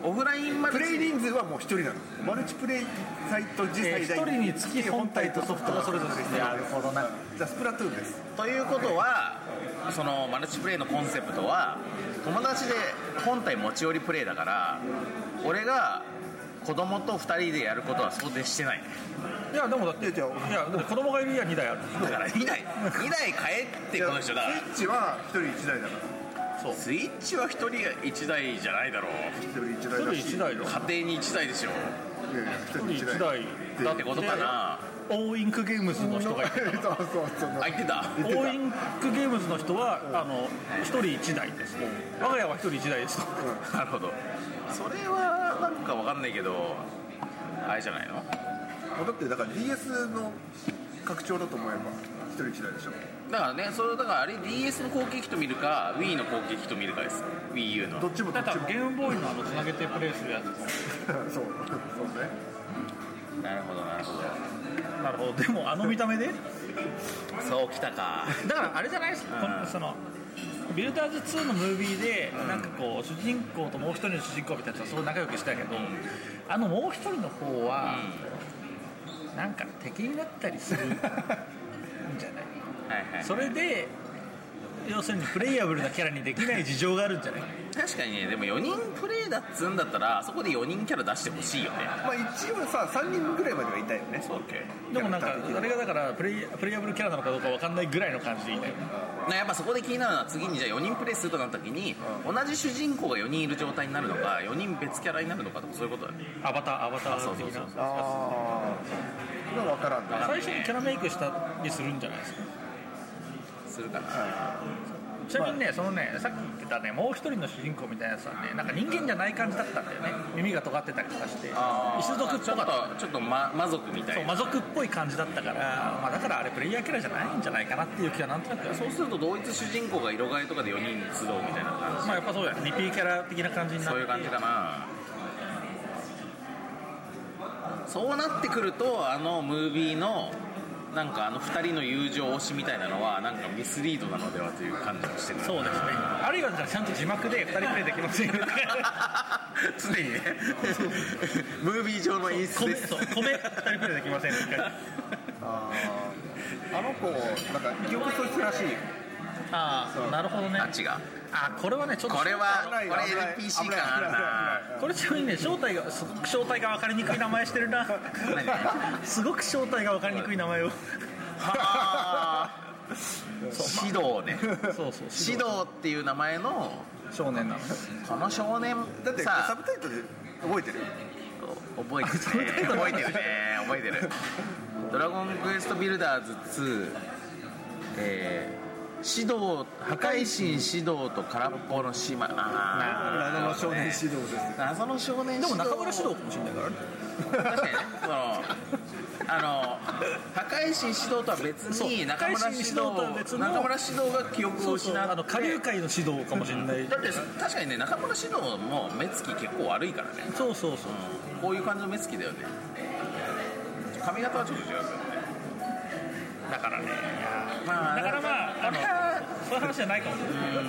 オフラインマプルレイチ人数はもう1人なのマルチプレイサイト自えー最大一人につき本体とソフトがそれぞれですねなるほどなじゃあスプラトゥーンですということはそのマルチプレイのコンセプトは友達で本体持ち寄りプレイだから俺が子供と2人でやることは想定してないいやでもだっていいやじゃあやでも子供がいるや2台あるだから2台2台買えってこの人だからスイッチは1人1台だからそうスイッチは1人1台じゃないだろう1人1台1だし人1台だ家庭に1台でしょいやいや一人1人一1台台だってことかなオーインクゲームズの人がいるそうそうそうあ言ってたオーインクゲームズの人はあの1人1台です我が家は1人1台ですとなるほどそれはなんかわかんないけどあれじゃないのだってだから DS の拡張だと思えば一人一台でしょだからねそれだからあれ DS の後継機と見るか Wii の後継機と見るかです WiiU のどっちもだどっかちらもゲームボーイのあのつなげてプレイするやつ (laughs) そうそうねなるほどなるほどなるほどでもあの見た目でそうきたかだからあれじゃないですうんか、このそのビルダーズ2のムービーで、なんかこう主人公ともう一人の主人公みたいな人はすごい仲良くしたけど、あのもう一人の方は、な (laughs) んか敵になったりするんじゃないはいはいそれで要するにプレイヤブルなキャラにできない事情があるんじゃない確かにねでも4人プレイだっつうんだったらそこで4人キャラ出してほしいよねまあ一応さ3人ぐらいまではいたよねそうだっけでもなんかあれがだからプレイプレイヤブルキャラなのかどうかわかんないぐらいの感じでいたよなやっぱそこで気になるのは次にじゃあ4人プレイするとなった時に同じ主人公が4人いる状態になるのか4人別キャラになるのかとかそういうことだよねアバターアバターあ的そうそうそうなああまあ分からんな最初にキャラメイクしたりするんじゃないですかするかなちなみにねそのねさっき言ってたねもう一人の主人公みたいなやつはねなんか人間じゃない感じだったんだよね耳が尖ってたりとかして異種族っぽちょっかったとちょっと魔魔族みたそういな魔族っぽい感じだったから、まあ、だからあれプレイヤーキャラじゃないんじゃないかなっていう気はなんとなくそうすると同一主人公が色替えとかで4人集うみたいな感まあやっぱそうだよね 2P キャラ的な感じにじなっそういてう感じかなそうなってくるとあのムービーのなんかあの2人の友情推しみたいなのはなんかミスリードなのではという感じもしてくるそうですねあるいはだからちゃんと字幕で2人プレイできませんよ (laughs) 常にね (laughs) ムービー上の演出米ですそう米2人プレイできませんよあーあの子なんか記憶喪失らしいよああなるほどねあ違うあこれはねちょっとこれは危ないよこれ危ない NPC 危ない感あるな危ない危ないこれちなみにね正体がすごく正体が分かりにくい名前してるなすごく正体が分かりにくい名前をはー指導ねそうそう指導っていう名前の少年なのこの少年だってサさブタイトル覚えてる覚えてるね覚えてるね覚えてる「ドラゴンクエストビルダーズ2」えー指導破壊神指導と空っぽの島あー謎の少年指導です謎の少年指で導も中村獅童かもしれないから確ねかにねそのあの破壊神指導とは別に中村指導破壊神指導とは別の中村指導が記憶をそう失そうってあの下流界の指導かもしれないだって確かにね中村指導も目つき結構悪いからね、そうそうそううん、こういう感じの目つきだよね髪型はちょっと違うけどねだからねまあだからまああだのからそういう話じゃないかもしれない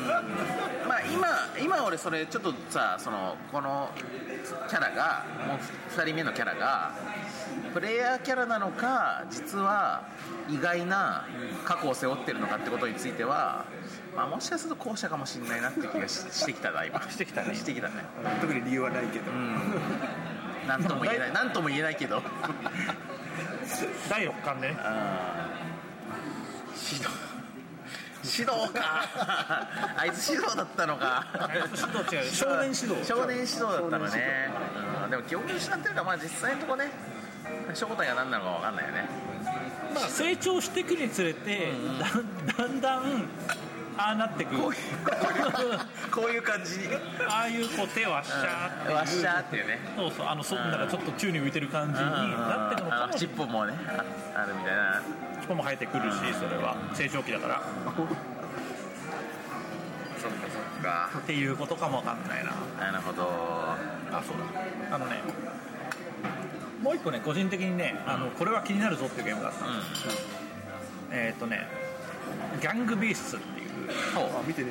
まあ今今俺それちょっとさそのこのキャラがもう2人目のキャラがプレイヤーキャラなのか実は意外な過去を背負ってるのかってことについては、まあ、もしかすると後者かもしれないなって気がししてきたな今してきたねしてきたね特に理由はないけど、何とも言えない何とも言えないけど第6巻で (laughs) ね指導 (laughs) 指導か (laughs) あいつ指導だったのか指導違う少年指導少年指導だったのね、うん、でも記憶失ってるからまあ実際のとこね正体が何なのか分かんないよねまあ成長していくにつれてだんだんだんああなってくるこういうこういう感じに (laughs) ああいうこう手をあっしゃーっていうわっしゃーっていうねそうそうあのそんならちょっと宙に浮いてる感じになってくのかあものチ尻ップもねああるみたいな尾も生えてくるしそれは成長期だからそっかそっかっていうことかもわかんないななるほどあそうだあのねもう一個ね個人的にねあのこれは気になるぞっていうゲームがあったのうえっ、とねギャングビーストっていうんそうあ見てね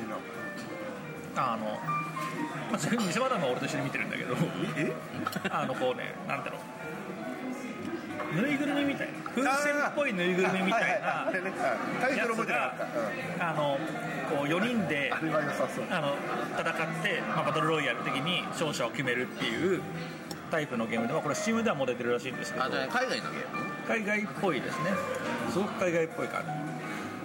えなあの、まあ、全部西村さんが俺と一緒に見てるんだ (laughs) けどえあのこうねなんだろうぬいぐるみみたいな風船っぽいぬいぐるみみたいあなれねタイトル覚えてなかった、うんあのこう4人であれは良さそうあの戦って、まあ、バトルロイヤル的に勝者を決めるっていうタイプのゲームで、まあ、これ Steam ではもう出てるらしいんですけどあじゃあ海外のゲーム海外っぽいですねすごく海外っぽい感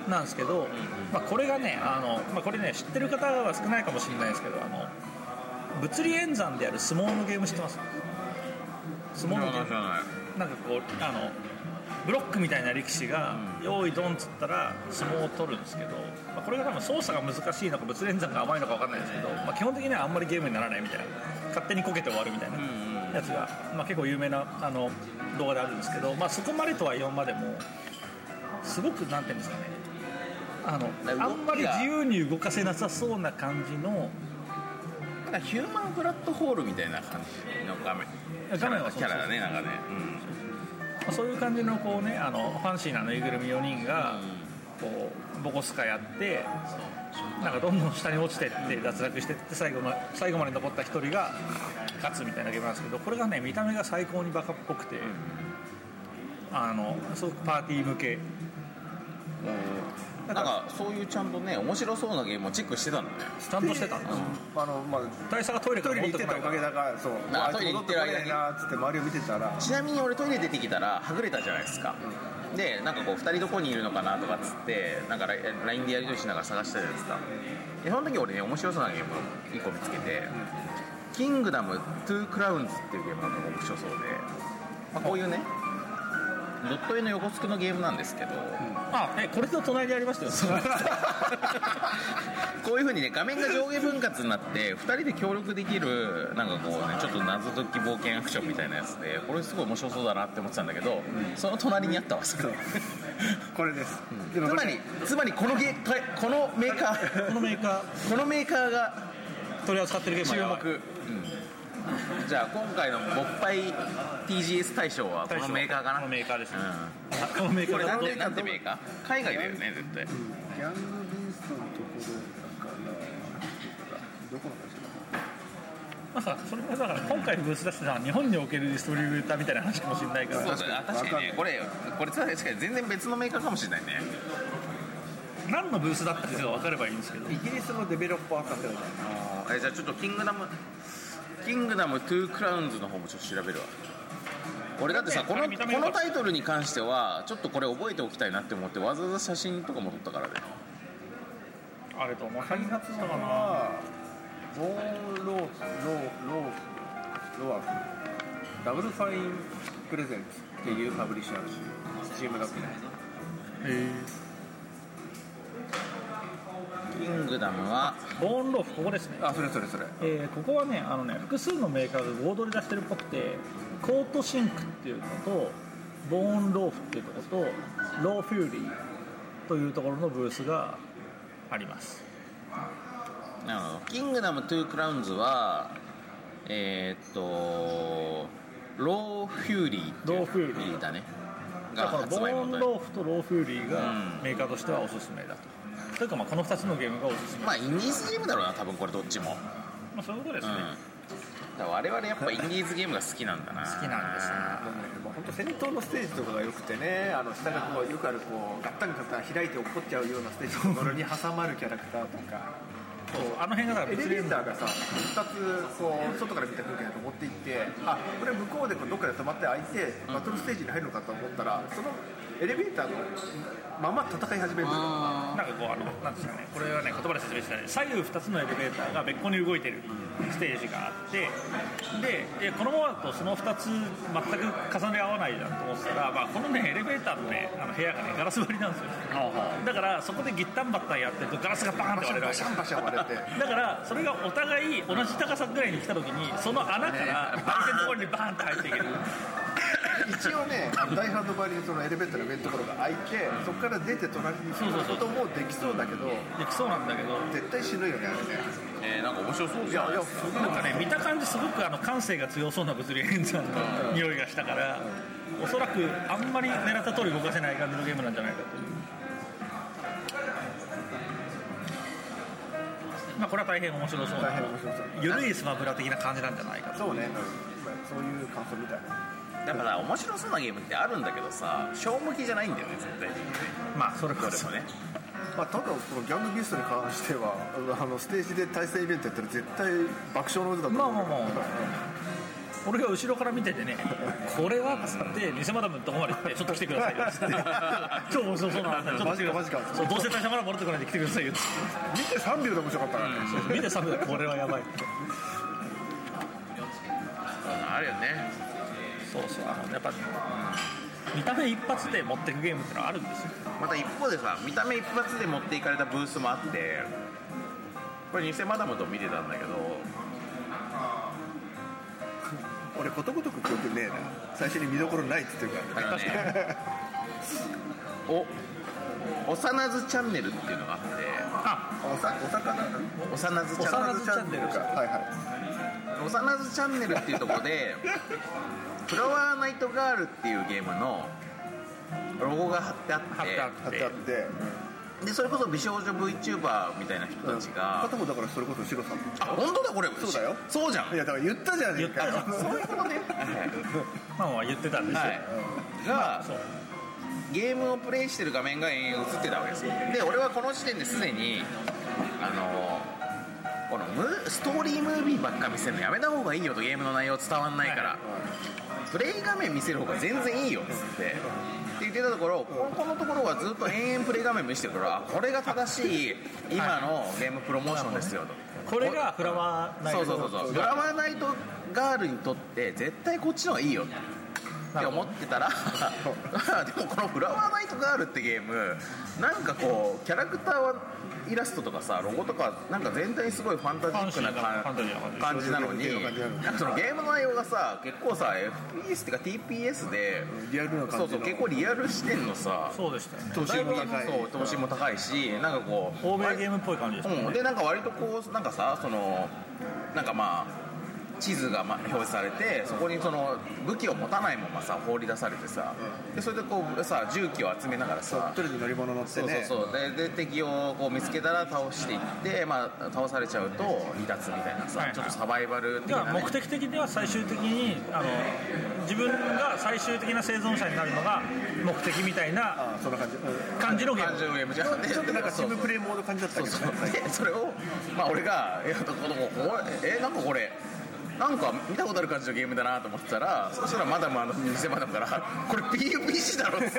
じなんですけど、まあ、これがねあの、まあ、これね知ってる方は少ないかもしれないですけどあの物理演算である相撲のゲーム知ってます相撲のゲームないなんかこうあのブロックみたいな力士が「用意ドン」っつったら相撲を取るんですけど、まあ、これが多分操作が難しいのか物連算が甘いのか分かんないですけど、まあ、基本的にはあんまりゲームにならないみたいな勝手にこけて終わるみたいなやつが、まあ、結構有名なあの動画であるんですけど、まあ、そこまでとは言わんまでもすごくなんていうんですかねあの動きがあんまり自由に動かせなさそうな感じのなんかヒューマンプラットフォールみたいな感じの画面画面はキャラだねなんかねまあそういう感じのこうねあのファンシーなぬいぐるみ4人がこうボコスカやってなんかどんどん下に落ちてって脱落してって最後の最後まで残った1人が勝つみたいなゲームなんですけどこれがね見た目が最高にバカっぽくてあのすごくパーティー向けうんなんかそういうちゃんとね面白そうなゲームをチェックしてたんだねスタンドしてたんだあのまあ大佐がトイレかトイらレに戻って行ってこなたいかおからげだからそうなあいつ戻ってこれないなっつって周りを見てたらちなみに俺トイレ出てきたらはぐれたじゃないですか、でなんかこう2人どこにいるのかなとかっつってなんか LINE でやり取りしながら探したじゃないですかでその時俺ね面白そうなゲームを1個見つけて「キングダム2クラウンズ」っていうゲームが面白そうで、まあ、こういうねドット絵の横スクのゲームなんですけど、あえこれと隣にありましたよ (laughs) こういうふうにね画面が上下分割になって2人で協力できるなんかこうねちょっと謎解き冒険アクションみたいなやつでこれすごい面白そうだなって思ってたんだけど、その隣にあったわそれこれです、でもつこまれりつまりこのゲこのメーカー (laughs) このメーカこのメーカーがー取り扱ってるゲーム注はやばい目、うんじゃあ今回の「もっぱい TGS 大賞」はこのメーカーかなこのメーカーですねうんあこのメーカこーれだなんとてなんてメーカー海外だよね絶対ギャングビーストのところだからどこの会社まだあさそれはだから今回ブース出してたのは日本におけるディストリビューターみたいな話かもしれないからそうだね確かにねこれこれ確かに全然別のメーカーかもしれないね何のブースだったかが分かればいいんですけどイギリスのデベロッパーカフェだえじゃあちょっとキングダムキングダム2クラウンズの方もちょっと調べるわ俺だってさこのこのタイトルに関してはちょっとこれ覚えておきたいなって思ってわざわざ写真とかも撮ったからねあれと思う開発者はボーンローローローロアフダブルファインプレゼンツっていうパブリッシャーらしいスチームだけキングダムはボーンローフここですねあそれそれそれえーここはねあのね複数のメーカーが合同で出してるっぽくてコートシンクっていうのとボーンローフっていうとことローフューリーというところのブースがありますなるほどキングダム2クラウンズはえーっとローフューリーっていうローフューリーだねだがから発ボ売ーン元にローフとローフューリーがうんメーカーとしてはおすすめだと、というかまあこの2つのゲームがおすすめ、ままあインディーズゲームだろうな多分これどっちもあ、そういうことでうんすね、だから我々やっぱインディーズゲームが好きなんだな好きなんですねもうねもう本当戦闘のステージとかが良くてねあの下がこうよくあるこうガッタンガッタン開いて落っこっちゃうようなステージのところに挟まるキャラクターとかそうそうあの辺がだからエレ別ベにーターがさ2つこう外から見た空間に登っていってあこれ向こうでこうどっかで止まって開いてバトルステージに入るのかと思ったらそのエレベーターのまま戦い始めるのよなんかこうあのなんですかねこれはね言葉で説明したらね左右2つのエレベーターが別個に動いてるステージがあってででこのままだとその2つ全く重ね合わないじゃんと思ってたら、まあ、このねエレベーターのねあの部屋がねガラス張りなんですよだからそこでギッタンバッタンやってるとガラスがバーンっバてシャン割れるわバけシャンバシャン割れてだからそれがお互い同じ高さぐらいに来た時にその穴からバーンのところにバーンって入っていける一応ねあのダイハードバリにそのエレベーターの上のところが開いてそこから出て隣にすることもできそうだけどできそうなんだけど絶対死ぬよねあれねえーなんか面白そうじゃんいやすごいなんかね見た感じすごくあの感性が強そうな物理演算の匂いがしたからおそらくあんまり狙った通り動かせない感じのゲームなんじゃないかというまあこれは大変面白そう大な変面白そう緩いスマブラ的な感じなんじゃないかとそうね、そういう感想みたいな。だから面白そうなゲームってあるんだけどさ小向きじゃないんだよね絶対にまあそれこどれそもねまあ、ただ、このギャングビーストに関しては、あのステージで対戦イベントやったら、絶対爆笑の渦だと思う。まあまあまあ俺が後ろから見ててねこれはっつって偽マダムのとこまで行ってちょっと来てくださいよ (laughs) っつって超面白そうなんでちょっと来てくだマジかマさジかいそうどうせ大社まだ戻ってこないんで来てくださいよっつって見て3秒で面白かったからね。見てサブだこれはやばいってあるよねそうそうあのやっぱ見た目一発で持ってくゲームってのはあるんですよまた一方でさ見た目一発で持っていかれたブースもあってこれ偽マダムと見てたんだけど俺、ことごとく記憶ねえな。最初に見どころないっつってるかあのねお幼ずチャンネルっていうのがあってあら。おさ、お魚。幼ずチおャ魚ンネルチャンネルか。はいはい。幼ずチャンネルっていうところで「フラワーナイトガール」っていうゲームのロゴが貼ってあ貼ってあっって貼っててあって。でそれこそ美少女 VTuber みたいな人たちが、片方だから、それこそシロさん。あ本当だこれそうだよそ (laughs) うじゃんいや、だから言ったじゃねえかよ。 (laughs) 言ったじゃんそういうことね。まあまあ言ってたんですよ、はいがそうゲームをプレイしてる画面が延々映ってたわけですよで俺はこの時点ですでにあのこのムストーリームービーばっか見せるのやめた方がいいよとゲームの内容伝わんないから、プレイ画面見せる方が全然いいよっつってって言ってたところここのところはずっと延々プレイ画面見せてるからあこれが正しい今のゲームプロモーションですよと、これがフラワーナイそトうそうそうそうフラワーナイトガールにとって絶対こっちの方がいいよって思ってたらでもこの「フラワーナイトガール」ってゲームなんかこうキャラクターはイラストとかさロゴとかなんか全体にすごいファンタジックな感ファンタジーな感じ感じなのにファンタジーな感じなんかそのゲームの内容がさ結構さ FPS っていうか TPS でリアルな感じのそうそう結構リアル視点のさそうでしたよね投資も高いそう投資も高いしなんかこう欧米ゲームっぽい感じでしたね、うん、でなんか割とこうなんかさそのなんかまあ地図がま表示されてそこにその武器を持たないままさ放り出されてさでそれでこうさ銃器を集めながらそうさとりあえず乗り物乗ってそうねそうそうでで敵をこう見つけたら倒していって、まあ、倒されちゃうと離脱みたいなさ、はいはいちょっとサバイバル的ではな、ね目、的的には最終的にあの自分が最終的な生存者になるのが目的みたいなああそんな感じ、うん感じのゲー感ム情ゲームじゃんちょっとなんかチームプイレイモード感じだっそたうけどそうねでそれを、まあ、俺が「いやこのこれえなんかこれなんか見たことある感じのゲームだな」と思ってたらそしたらマダムあの偽マダムから「これ PUBG だろ」って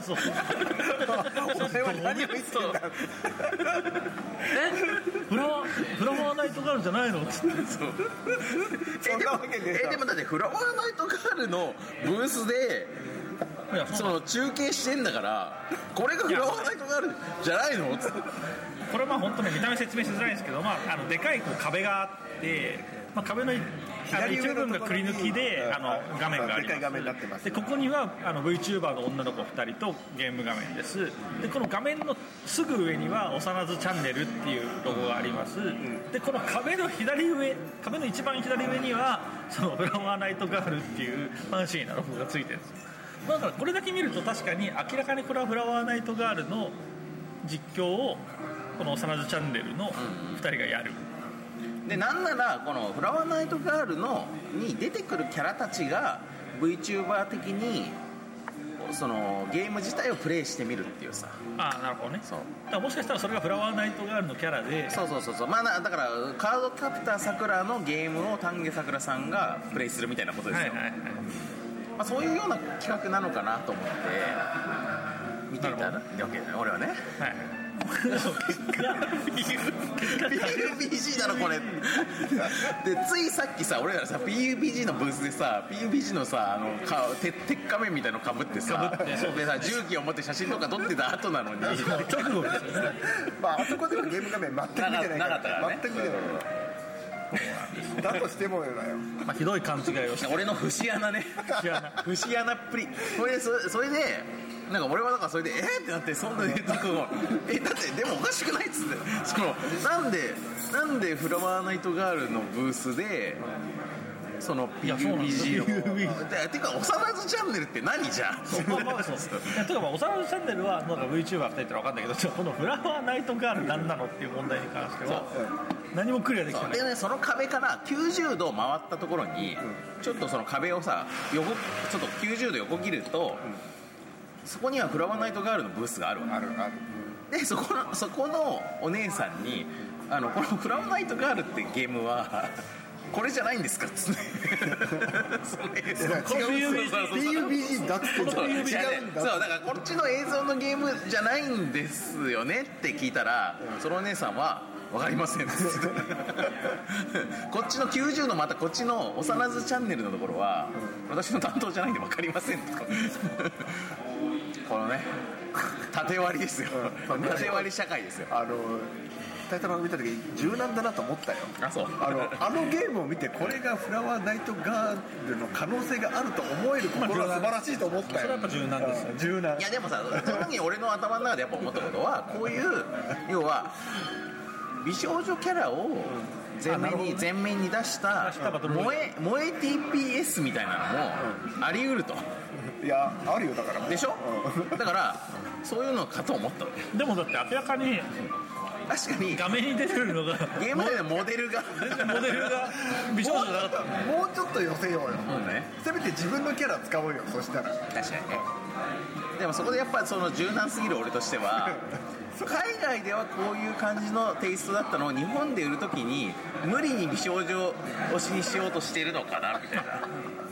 (laughs) そう (laughs) 俺は何を言ってんだフラワーフラワーナイトガールじゃないのつってえそんでなもわけねええだでもだってフラワーナイトガールのブースでいやそそうの中継してんだからこれがフラワーナイトガールじゃないのつってこれはまあ本当ね見た目説明しづらいんですけど、まあ、あのでかいこう壁があって、まあ、壁のいあの左一上部のところ分にがくり抜きで、うんあの画面がありでかい画面になってまますすでここにはあの VTuber の女の子2人とゲーム画面ですでこの画面のすぐ上には「おさなずチャンネル」っていうロゴがありますでこの壁の左上壁の一番左上にはその「フラワーナイトガール」っていうファンシーなロゴがついてるんですよだからこれだけ見ると確かに明らかにこれは「フラワーナイトガール」の実況をこの「おさなずチャンネル」の2人がやるでなんならこの「フラワーナイトガールの」に出てくるキャラたちが VTuber 的にそのゲーム自体をプレイしてみるっていうさああなるほどねそうだからもしかしたらそれが「フラワーナイトガール」のキャラでそうそうそうそうまあなだからカードキャプターさくらのゲームを丹下さくらさんがプレイするみたいなことですはよ、いはいはいまあ、そういうような企画なのかなと思って見ていたなわけだよ俺はねはい結 PUBG だろこれでついさっきさ俺らさ PUBG のブースでさ PUBG のさあのか鉄鉄仮面みたいのかぶってさ被ってそうでさ銃器を持って写真とか撮ってた後なのに果直後ですよねまああそこではゲーム画面全く見てないからなかったからね全く見てないからだとしてもだよまあひどい勘違いをして俺の節穴ね節穴節穴っぷりそれでそそれでなんか俺はなんかそれでえー、ってなってそんなにとこえだってでもおかしくないっつってそのなんでなんでフラワーナイトガールのブースでそのいやそうなんですよ PUBG をでてか「おさらずチャンネル」って何じゃんまあまあそういやとかまあおさらずチャンネルはなんか VTuber2 人ってのは分かんないけどちょっとこのフラワーナイトガール何なのっていう問題に関しては何もクリアできてないでねその壁から90度回ったところに、ちょっとその壁をさ横ちょっと90度横切ると、そこにはフラワーナイトガールのブースがあるわけあるあるでそこのそこのお姉さんに「あのこのフラワーナイトガールってゲームはこれじゃないんですか?」っ (laughs) つってそれこういうそうそうそう PUBG だっつってんじゃん違う違うんだそうだからこっちの映像のゲームじゃないんですよねって聞いたら、そのお姉さんは「分かりません」こっちの90のまたこっちの「おさらずチャンネル」のところは、私の担当じゃないんで分かりませんとこのね縦割りですよ、うん縦割り社会ですよあのタイトルを見た時柔軟だなと思ったよあそうあのあのゲームを見てこれがフラワーナイトガールの可能性があると思える心は素晴らしいと思ったよそれはやっぱ柔軟ですようん柔軟いやでもさその時に俺の頭の中でやっぱ思ったことはこう (laughs) いう要は美少女キャラを前面に前面に出した出したバトルロイヤ萌え萌え TPS みたいなのもあり得るといやあるよだからでしょだからそういうのかと思ったのでもだって明らかに確かに画面に出てくるのがゲーム内のモデルがモデルが美少女じゃなかったもうちょっと寄せようよ、そうだねせめて自分のキャラ使おうよそしたら確かにねでもそこでやっぱその柔軟すぎる俺としては海外ではこういう感じのテイストだったのを日本で売るときに無理に美少女推しにしようとしてるのかなみたいな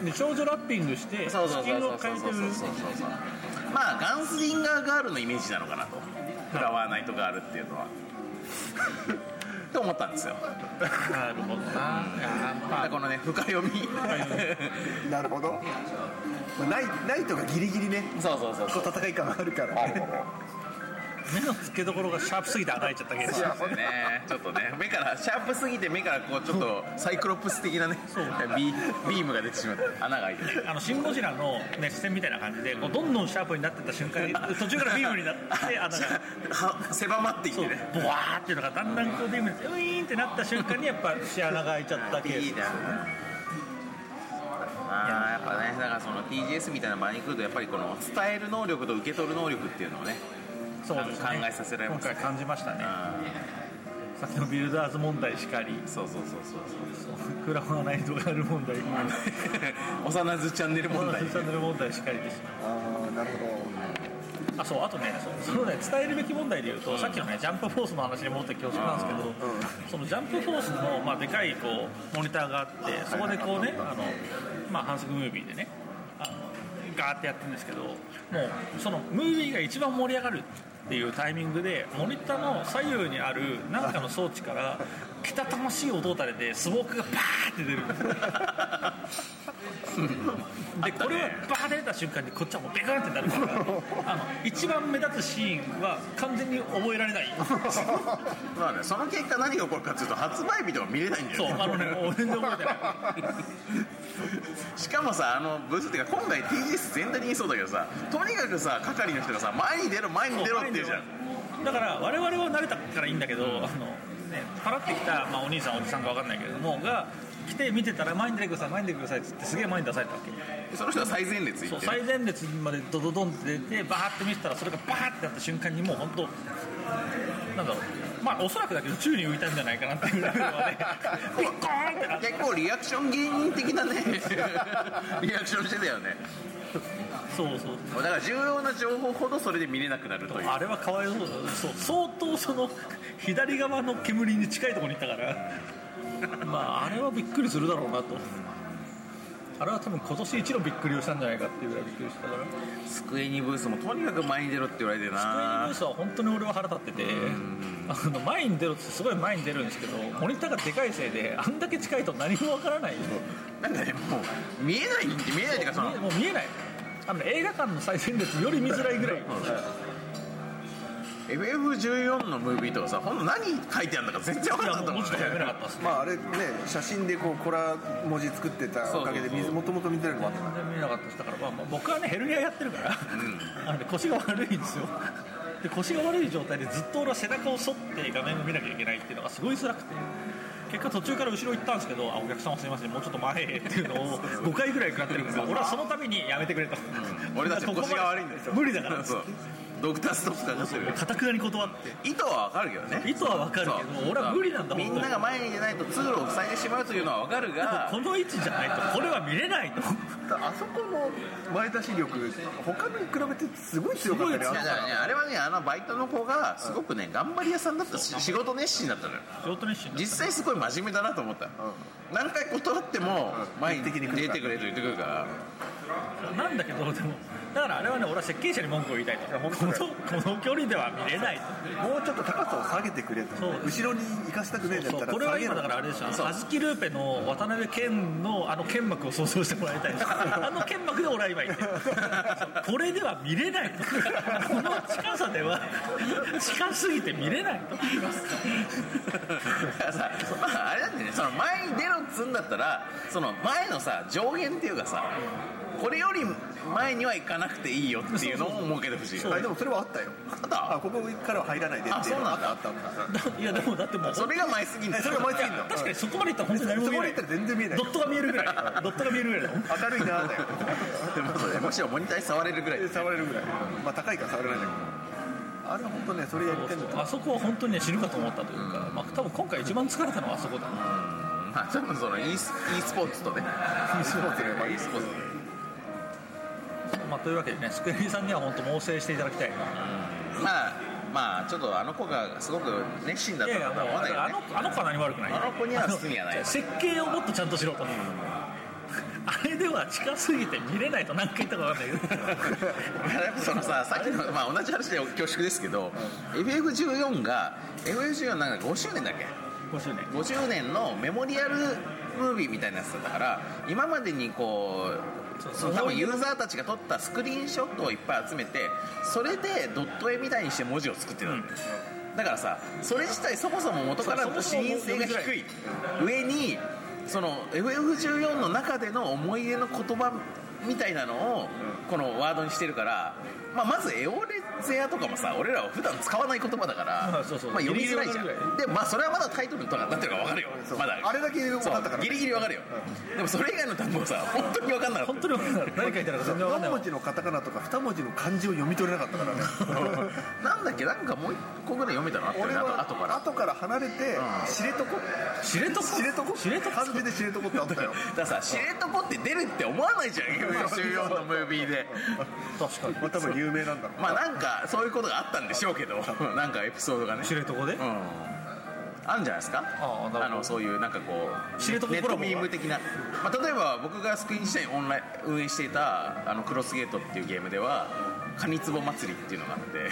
で少女ラッピングしてスそうそうキそうンそをうそ変うえそてう売そうるそうまあガンスリンガーガールのイメージなのかなとフラワーナイトガールっていうのは (laughs) と思ったんですよなるほどだなからこのね深読みなるほど、まあ、ナイナイトがギリギリね (laughs) そうそうそうそうこう戦い感があるからね目の付けどころがシャープすぎて穴いっちゃったけどそうですよね、ちょっとね、目から、シャープすぎて目からこう、ちょっとサイクロプス的なね、ビビームが出てしまって、穴が開いてる。あのシン・ゴジラの熱戦みたいな感じでこうどんどんシャープになってった瞬 (laughs) 間に途中からビームになって穴が (laughs) は狭まってきそうてね。ボワーっていうのがだんだんこうビームにウィーンってなった瞬間にやっぱ視穴が開いちゃったケースいいな。あーやっぱね、だからその TGS みたいな場に来ると、やっぱりこの伝える能力と受け取る能力っていうのをね、そうですね考えさせられますね今回感じましたねあさっきのビルダーズ問題しかりーそうそうそうそうフラワーナイトがある問題 (laughs) そう。幼ずチャンネル問題。チャンネル問題しかりですああなるほどあそうあとねそうそのね伝えるべき問題でいうと、さっきのねジャンプフォースの話に戻って恐縮なんですけど、そのジャンプフォースの、まあ、でかいこうモニターがあってそこでこうねあの、まあ、反則ムービーでねあのガーってやってるんですけどもうそのムービーが一番盛り上がるっていうタイミングでモニターの左右にある何かの装置からけたたましい音を垂れてスモークがバーって出るんですよでこれはバーッて出た瞬間にこっちはもうベクンって (laughs) なるからあの一番目立つシーンは完全に覚えられないまあね、その結果何が起こるかっていうと、発売日では見れないんだよそうね。あのねもう全然覚えてないしかもさあのブースっていうか今回 TGS 全体に言いそうだけどさとにかくさ係の人がさ前に出ろ前 (laughs) に出ろって言うじゃんだから我々は慣れたからいいんだけど、あのね払ってきた、まあ、お兄さんおじさんか分かんないけれどもが来て見てたら前に出てください前に出てくださいっつってすげえ前に出されたわけでその人は最前列行そっうてね最前列までドドドンって出てバーって見てたらそれがバーってなった瞬間にもう本当なんだろうまあおそらくだけど宙に浮いたんじゃないかなっていうぐらいのはね (laughs) ピッコーンってなって結構リアクション芸人的 (laughs) なねリアクションしてたよねそうそうだから重要な情報ほどそれで見れなくなるというあれはかわいそうだそう相当その (laughs) 左側の煙に近いところにいたから (laughs) まああれはびっくりするだろうなとあれは多分今年一のびっくりをしたんじゃないかっていうぐらいびっくりしたからスクエニブースもとにかく前に出ろって言われてるスクエニなブースは本当に俺は腹立っててあの前に出ろってすごい前に出るんですけどモニターがでかいせいであんだけ近いと何もわからないなんかねもう見えない見えないっていうかそのもう見えないあの映画館の最前列より見づらいぐ (laughs) らい FF14 のムービーとかさほんと何書いてあるんだか全然分かいらやなかったもうもん文ね字とか読めなかったですまああれね写真でこうコラ文字作ってたおかげでそうそうそうもともと見てるのか全然見えなかったですだから、まあ、まあ僕はねヘルニアやってるから、あのね腰が悪いんですよで腰が悪い状態でずっと俺は背中を反って画面を見なきゃいけないっていうのがすごい辛くて結果途中から後ろ行ったんですけど「あお客様すいませんもうちょっと前へ」っていうのを5回ぐらい食らってるんですよ俺はそのためにやめてくれと、俺たちここま腰でが悪いんだよ無理だからそうドクターストップが出てるよかたくなに断って意図はわかるけどね意図はわかるけそうど俺は無理なんだみんなが前に出ないと通路を塞いでしまうというのはわかるがこの位置じゃないとこれは見れないのあそこの前出し力他のに比べてすごい強かったねいやだからねあれはねあのバイトの子がすごくね頑張り屋さんだったし仕事熱心だったのよ仕事熱心だ実際すごい真面目だなと思った、何回断っても前に出てくれと言ってくる (laughs) からなんだけどでもだからあれはね俺は設計者に文句を言いたいとこのこの距離では見れないとあのもうちょっと高さを下げてくれとそう後ろに行かせたくねえんだっそたうらこれは下げ今ろだからあれでしょあの小豆ルーペの渡辺謙のあの剣幕を想像してもらいたいです (laughs) あの剣幕で俺は今言ってるそうこれでは見れないとこの近さでは近すぎて見れないとだからさ、まあ、あれなんだよねその前に出ろっつんだったらその前のさ上限っていうかさこれより前には行かなくていいよっていうのを設けてほしいよあでもそれはあったよたあここからは入らないでっていのあそうなんだあったあったあったいやでもだってもうそれが前すぎんだよそれが前すぎんだ確かにそこまでいったら本当に何もそ見こえまで行っないたら全然見えないドットが見えるぐらいドットが見えるぐらいだもん明るいなーだよ (laughs) でもそれむしろモニターに触れるぐらいで触れるぐらいまあ高いから触れないんだけどあれは本当ねそれやりたいんだけどあそこは本当にね死ぬかと思ったというか、まあ、多分今回一番疲れたのはあそこだなまあ多分その e ス e スポーツ (laughs) とね e スポーツねまあ e スポーツとねまあ、というわけでねスクエニさんには本当猛省していただきたいなまあまあちょっとあの子がすごく熱心だっいやたいやともはう思わないよあねのあの子は何も悪くないよあの子には罪はないあの設計をもっとちゃんとしろとあれでは近すぎて見れないと何回言ったか分かんないけどやっぱそのささっき (laughs) の、まあ、同じ話で恐縮ですけど、FF14 が FF14 なんか5周年だっけ5周年50年のメモリアルムービーみたいなやつだったから今までにこうそうその多分ユーザーたちが撮ったスクリーンショットをいっぱい集めてそれでドット絵みたいにして文字を作ってたんだよ、だからさそれ自体そもそも元からの視認性が低い上にその FF14 の中での思い出の言葉みたいなのをこのワードにしてるから、まあ、まずエオレゼアとかもさ俺らは普段使わない言葉だから、うんそうそうまあ、読みづらいじゃギリギリわかるぐらいんでまあそれはまだタイトルとかになってるから分かるよそうまだあれだけ分そかったかうらギリギリ分かるよ、でもそれ以外の単語さ本当に分かんなかっ本当に分かんない何書いてあるか全然分かんない4文字のカタカナとか2文字の漢字を読み取れなかったからねたなんだっけなんかもう一個ぐらい読めたのあったよ俺ねあとは後から後から離れてん知床知床知床知床漢字で知床ってあったよだからさ知床って出るって思わないじゃん FF14 のムービーで確かにまあ多分有名なんだろうまあなんかそういうことがあったんでし (laughs) ょうけどなんかエピソードがね知床で、うんあるんじゃないですかああなるほどのそういうなんかこう知床コネラボットミーム的な、まあ、例えば僕がスクリーン時代にオンライン運営していたあのクロスゲートっていうゲームではカニツボ祭りっていうのがあって、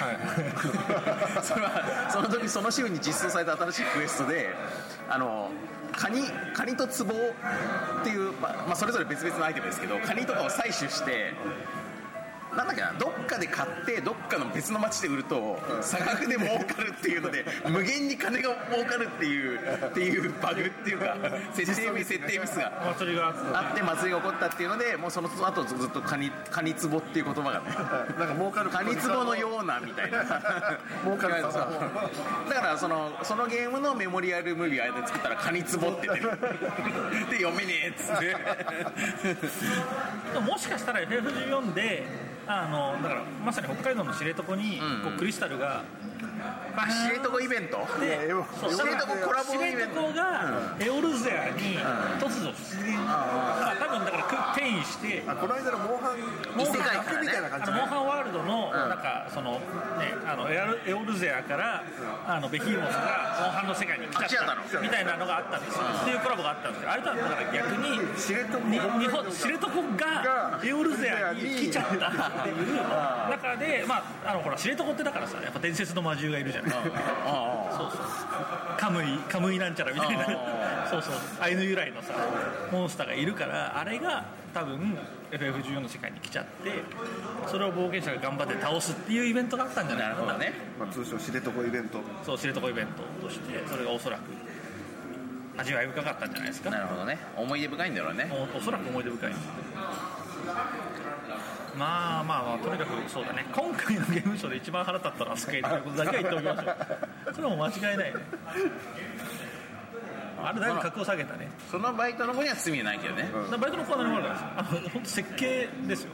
(laughs) それはその時その週に実装された新しいクエストであのカニカニとツボっていう、まあまあ、それぞれ別々のアイテムですけどカニとかを採取してなんだっけなどっかで買ってどっかの別の町で売ると差額で儲かるっていう (laughs) ので無限に金が儲かるっていうっていうバグっていうか設定ミス設定ミスがまあそれがあって祭りが起こったっていうのでもうその後ずっとカニカニツボっていう言 (laughs) 葉がねなんか儲かるカニツボのようなみた (laughs) いな儲かるだからそのそのゲームのメモリアルムービーを間で作ったらカニツボって出 (laughs) るで読めねえっつってでももしかしたら FF14 であのだからまさに北海道の知床に、うんこうクリスタルがバ知ーン床イベントでいやそう知だから床コラボイベント知床がエオルゼアに突如出現、まあ、多分だからく転移してあこの間のモンハン異世界からモンハンねみたいな感あじでのモンハンワールドのなんかそのねあのエアルエオルゼアからあのベヒーモスがモンハンの世界に来ちゃあ来ちゃったったのみたいなのがあったんですよっていうコラボがあったんですよあれとはだから逆に知床に日本知床ががエオルゼアに来ちゃったがっていう中でまああのほら知床ってだからさやっぱ伝説の魔獣がいるじゃないそうそうカムイカムイなんちゃらみたいなそうそうアイヌ由来のさモンスターがいるからあれが多分 FF14 の世界に来ちゃってそれを冒険者が頑張って倒すっていうイベントがあったんじゃないなかるなほどねまあ通称知床イベントそう知床イベントとしてそれがおそらく味わい深かったんじゃないですかなるほどね思い出深いんだろうねおおそらく思い出深いんですよまあまあまあとにかくそうだね今回のゲームショーで一番腹立ったのはスケートいうことだけは言っておきましょ (laughs) うそれはもう間違いないねあれだいぶ格を下げたねそのバイトの子には罪ないけどね、だからバイトの子は何もあるからですあの本当設計ですよ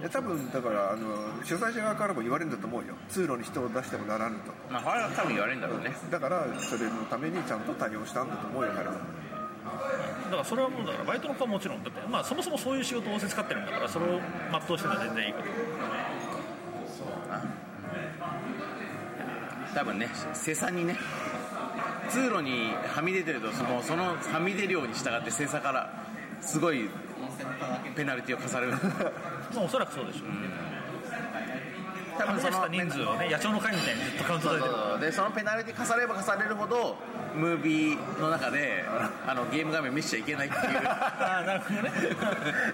いや多分だからあの主催者側からも言われるんだと思うよ通路に人を出してもならぬとまあ、ファラは多分言われるんだろうねだからそれのためにちゃんと対応したんだと思うよからだからそれはもうだからバイトの子はもちろんだってまあそもそもそういう仕事を仰せ使ってるんだからそれを全うしてたら全然いいこと多分ね生産にね通路にはみ出てるとそのそのはみ出量に従って生産からすごいペナルティを課されるまあおそらくそうでしょう (laughs) 多は分み出そしのた人数をね野鳥の会みたいにずっとカウントされてるでそのペナルティ課されれば課されるほどムービーの中であのゲーム画面見せちゃいけないっていうああなるほどね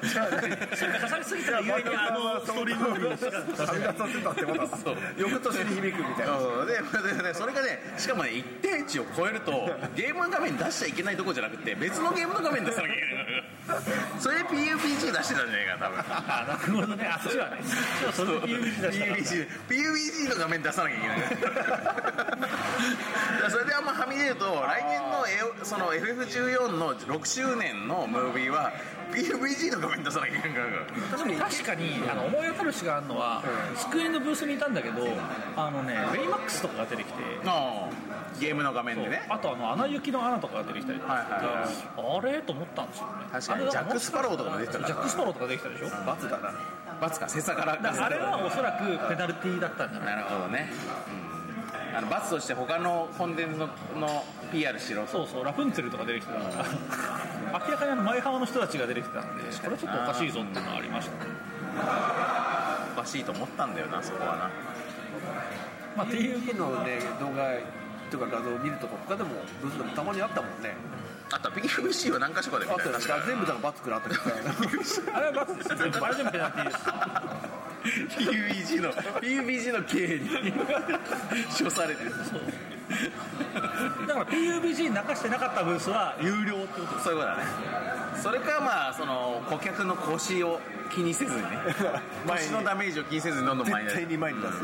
そうか刺さりすぎたらゆえにあのストーリームービーしかはみ出させたってことはそう翌年に響くみたい (laughs) なうんでででそれがねしかもね一定値を超える (laughs) とゲーム画面出しちゃいけないとこじゃなくて別のゲームの画面出さなきゃいけないそれ PUBG 出してたんじゃないかな多分あなるほどねあっちはねでもそれで PUBG 出したら PUBG, PUBG の画面出さなきゃいけないそれであんまはみ出ると来年のエオその FF14 の6周年のムービーは PUBG の画面出さなきゃいけないから確かに確かにあの思い当たるしがあるのは、机のブースにいたんだけどあのねベイマックスとかが出てきてああゲームの画面そうでねあとあの「アナ雪のアナ」とかが出てきたりとかしてはいはいあれと思ったんですよね確かにあれジャックスパロウとかも出てたからジャック・スパロウとか出てきたでしょ罰だな罰かせさからだからあれはおそらくペナルティーだったんじゃないなるほどね、うん、あの罰として他のコンテンツのの PR しろとそうそうラプンツェルとか出てきてたから明らかにあの前浜の人たちが出てきてたんでこれちょっとおかしいぞっていうのはありましたねおかしいと思ったんだよなそこはなまあっていう PUBG のね動画とか画像を見るとか他でもブースでもたまにあったもんねあとは PUBC は何か所かで見あたとよだ確かから全部だからバツくらあったけどさ (laughs) あれは罰ですよ全部あれ全部ペナルティーです PUBG の PUBG の刑に (laughs) 処されてるだから PUBG 泣かしてなかったブースは有料ってことそういうことだねそれかまあその顧客の腰を気にせずに (laughs) ね腰のダメージを気にせずにどんどん前に絶対出るに前に出す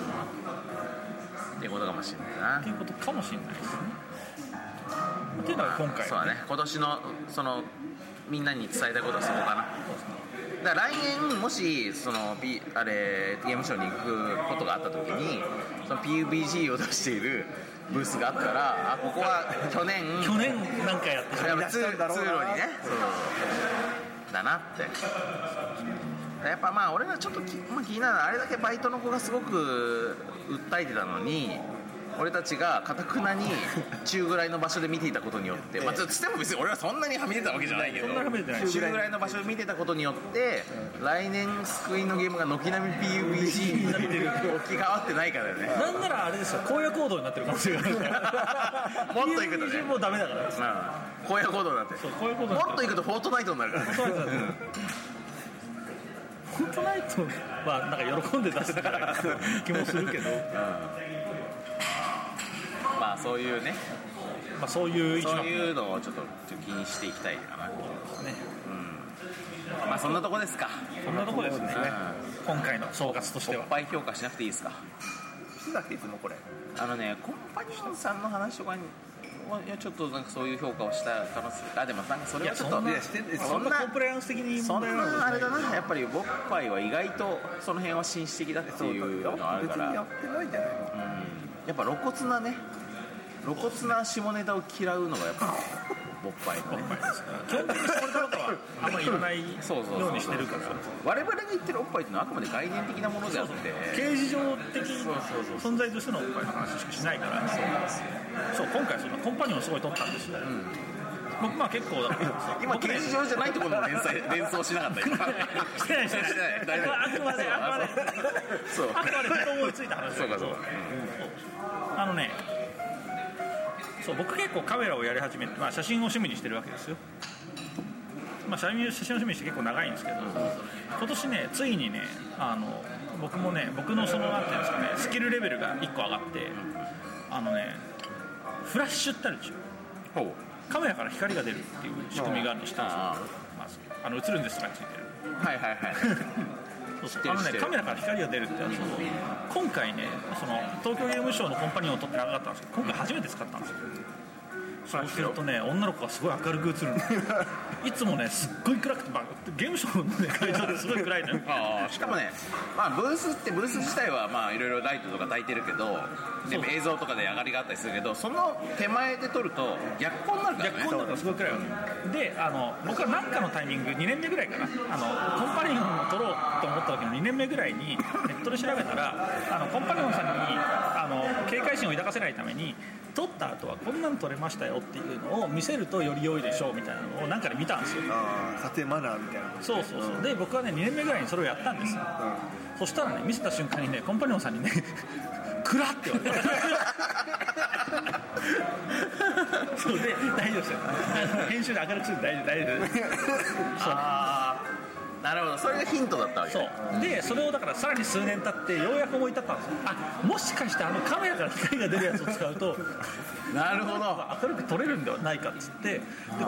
っていうことかもしれないっなていうことかもしれないですねっていうのが今回そうだね今年のそのみんなに伝えたいことはそこかなだから来年もしその、B、あれゲームショーに行くことがあった時にその PUBG を出しているブースがあったらあここは去年去年なんかやってやっぱ出し通た通んだろ路うになねそうだなってやっぱまあ俺らちょっとき、まあ、気になるのはあれだけバイトの子がすごく訴えてたのに俺たちがかたくなに中ぐらいの場所で見ていたことによって、まあ、つつっても別に俺はそんなにはみ出たわけじゃないけどそんなにはみ出てない中ぐらいの場所で見てたことによって来年救いのゲームが軒並み PUBG に置き換わってないからよねなんならあれですよ荒野行動になってるかもし (laughs) れないもっと行くとね PUBG もうダメだからまあ荒野行動になってそうこういうことにもなっとる行くとフォートナイトになるからねそうなんですよフォートナイトはなんか喜んで出してたから気もするけど、まあそういうねまあ、そういう一そう番いうのをちょっと気にしていきたいかな、ねまあそんなとこですか、そんなところですねう今回の総括としてん、おはっぱい評価しなくていいですかしてたっけいつもこれあのねコンパニオンさんの話とかにいやちょっとなんかそういう評価をした可能性あでもなんかそいれはやちょそっとんないやしてんそんなそんなコンプライアンス的にそん問題なことなあなれいだなやっぱりボッパイは意外とその辺は紳士的だっていうのがあるから別にややってないんじゃないのっぱ露骨なね露骨な下ネタを嫌うのがやっぱボッパイのね基本的にそれとかはあんまり言わないよそうそうそううにしてるから我々が言ってるおっぱいっていうのはあくまで概念的なものであって刑事上的存在としてのおっぱいの話しかしないからそう今回そのコンパニオンをすごい取ったんですよ、僕まあ結構だ (laughs) 今僕ね刑事上じゃないところの連載 (laughs) 連想しなかった (laughs) 今してないしてないしてない大丈夫あくまであくまでそうあくまでふと思いついた話そうかそうかあのねそう僕結構カメラをやり始めて、まあ、写真を趣味にしてるわけですよ、まあ、写真を写真を趣味にして結構長いんですけど今年ねついにねあの僕もね僕のそのなんていうんですかねスキルレベルが1個上がってあのねフラッシュってあるでしょほうカメラから光が出るっていう仕組みがあるの知ってますあまずあの映るんですとかについてるあはいはいはいそう知そうってるあの知ってねるカメラから光が出るってやつを今回ねその東京ゲームショウのコンパニオンを撮ってなかったんですけど今回初めて使ったんですよ、そうするとね女の子がすごい明るく映るのいつもねすっごい暗くて、まあゲームショウの、ね、会場ですごい暗いのよああしかもねまあブースってブース自体はまあいろいろライトとか焚いてるけどでそう映像とかで上がりがあったりするけどその手前で撮ると逆光になるから逆ね光になったらすごい暗いわけであの僕は何かのタイミング2年目ぐらいかなあのコンパニオンを撮ろうと思った時の2年目ぐらいにネットで調べたらあのコンパニオンさんにあの警戒心を抱かせないために撮った後はこんなの撮れましたよっていうのを見せるとより良いでしょうみたいなのをなんかで見たんですよああ撮影マナーみたいなそうそうそうで僕はね2年目ぐらいにそれをやったんですよそしたらね見せた瞬間にねコンパニオンさんにね (laughs) 「くら!」って言われた (laughs) そうで大丈夫ですよあの編集で明るくするんで大丈夫大丈夫ですああななるほどそれがヒントだったわけそうでそれをだからさらに数年経ってようやく思い立ったんですよあもしかしてあのカメラから光が出るやつを使うとなるほど明るく撮れるんではないかっつってで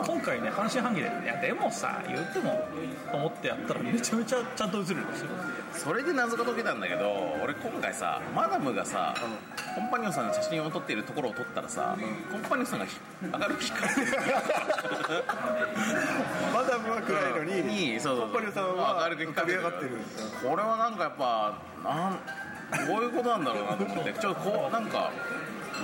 今回ね半信半疑で「いやでもさ言っても」と思ってやったらめちゃめちゃちゃんと映るんですよそれで謎が解けたんだけど俺今回さマダムがさ、コンパニオンさんが写真を撮っているところを撮ったらさ、コンパニオンさんがひ明るく光ってるマダムは暗いのに、にそうそうコンパニオンさんは明るく浮か光びって上るがってる、これはなんかやっぱなんこういうことなんだろうなと思ってちょっとこうなんか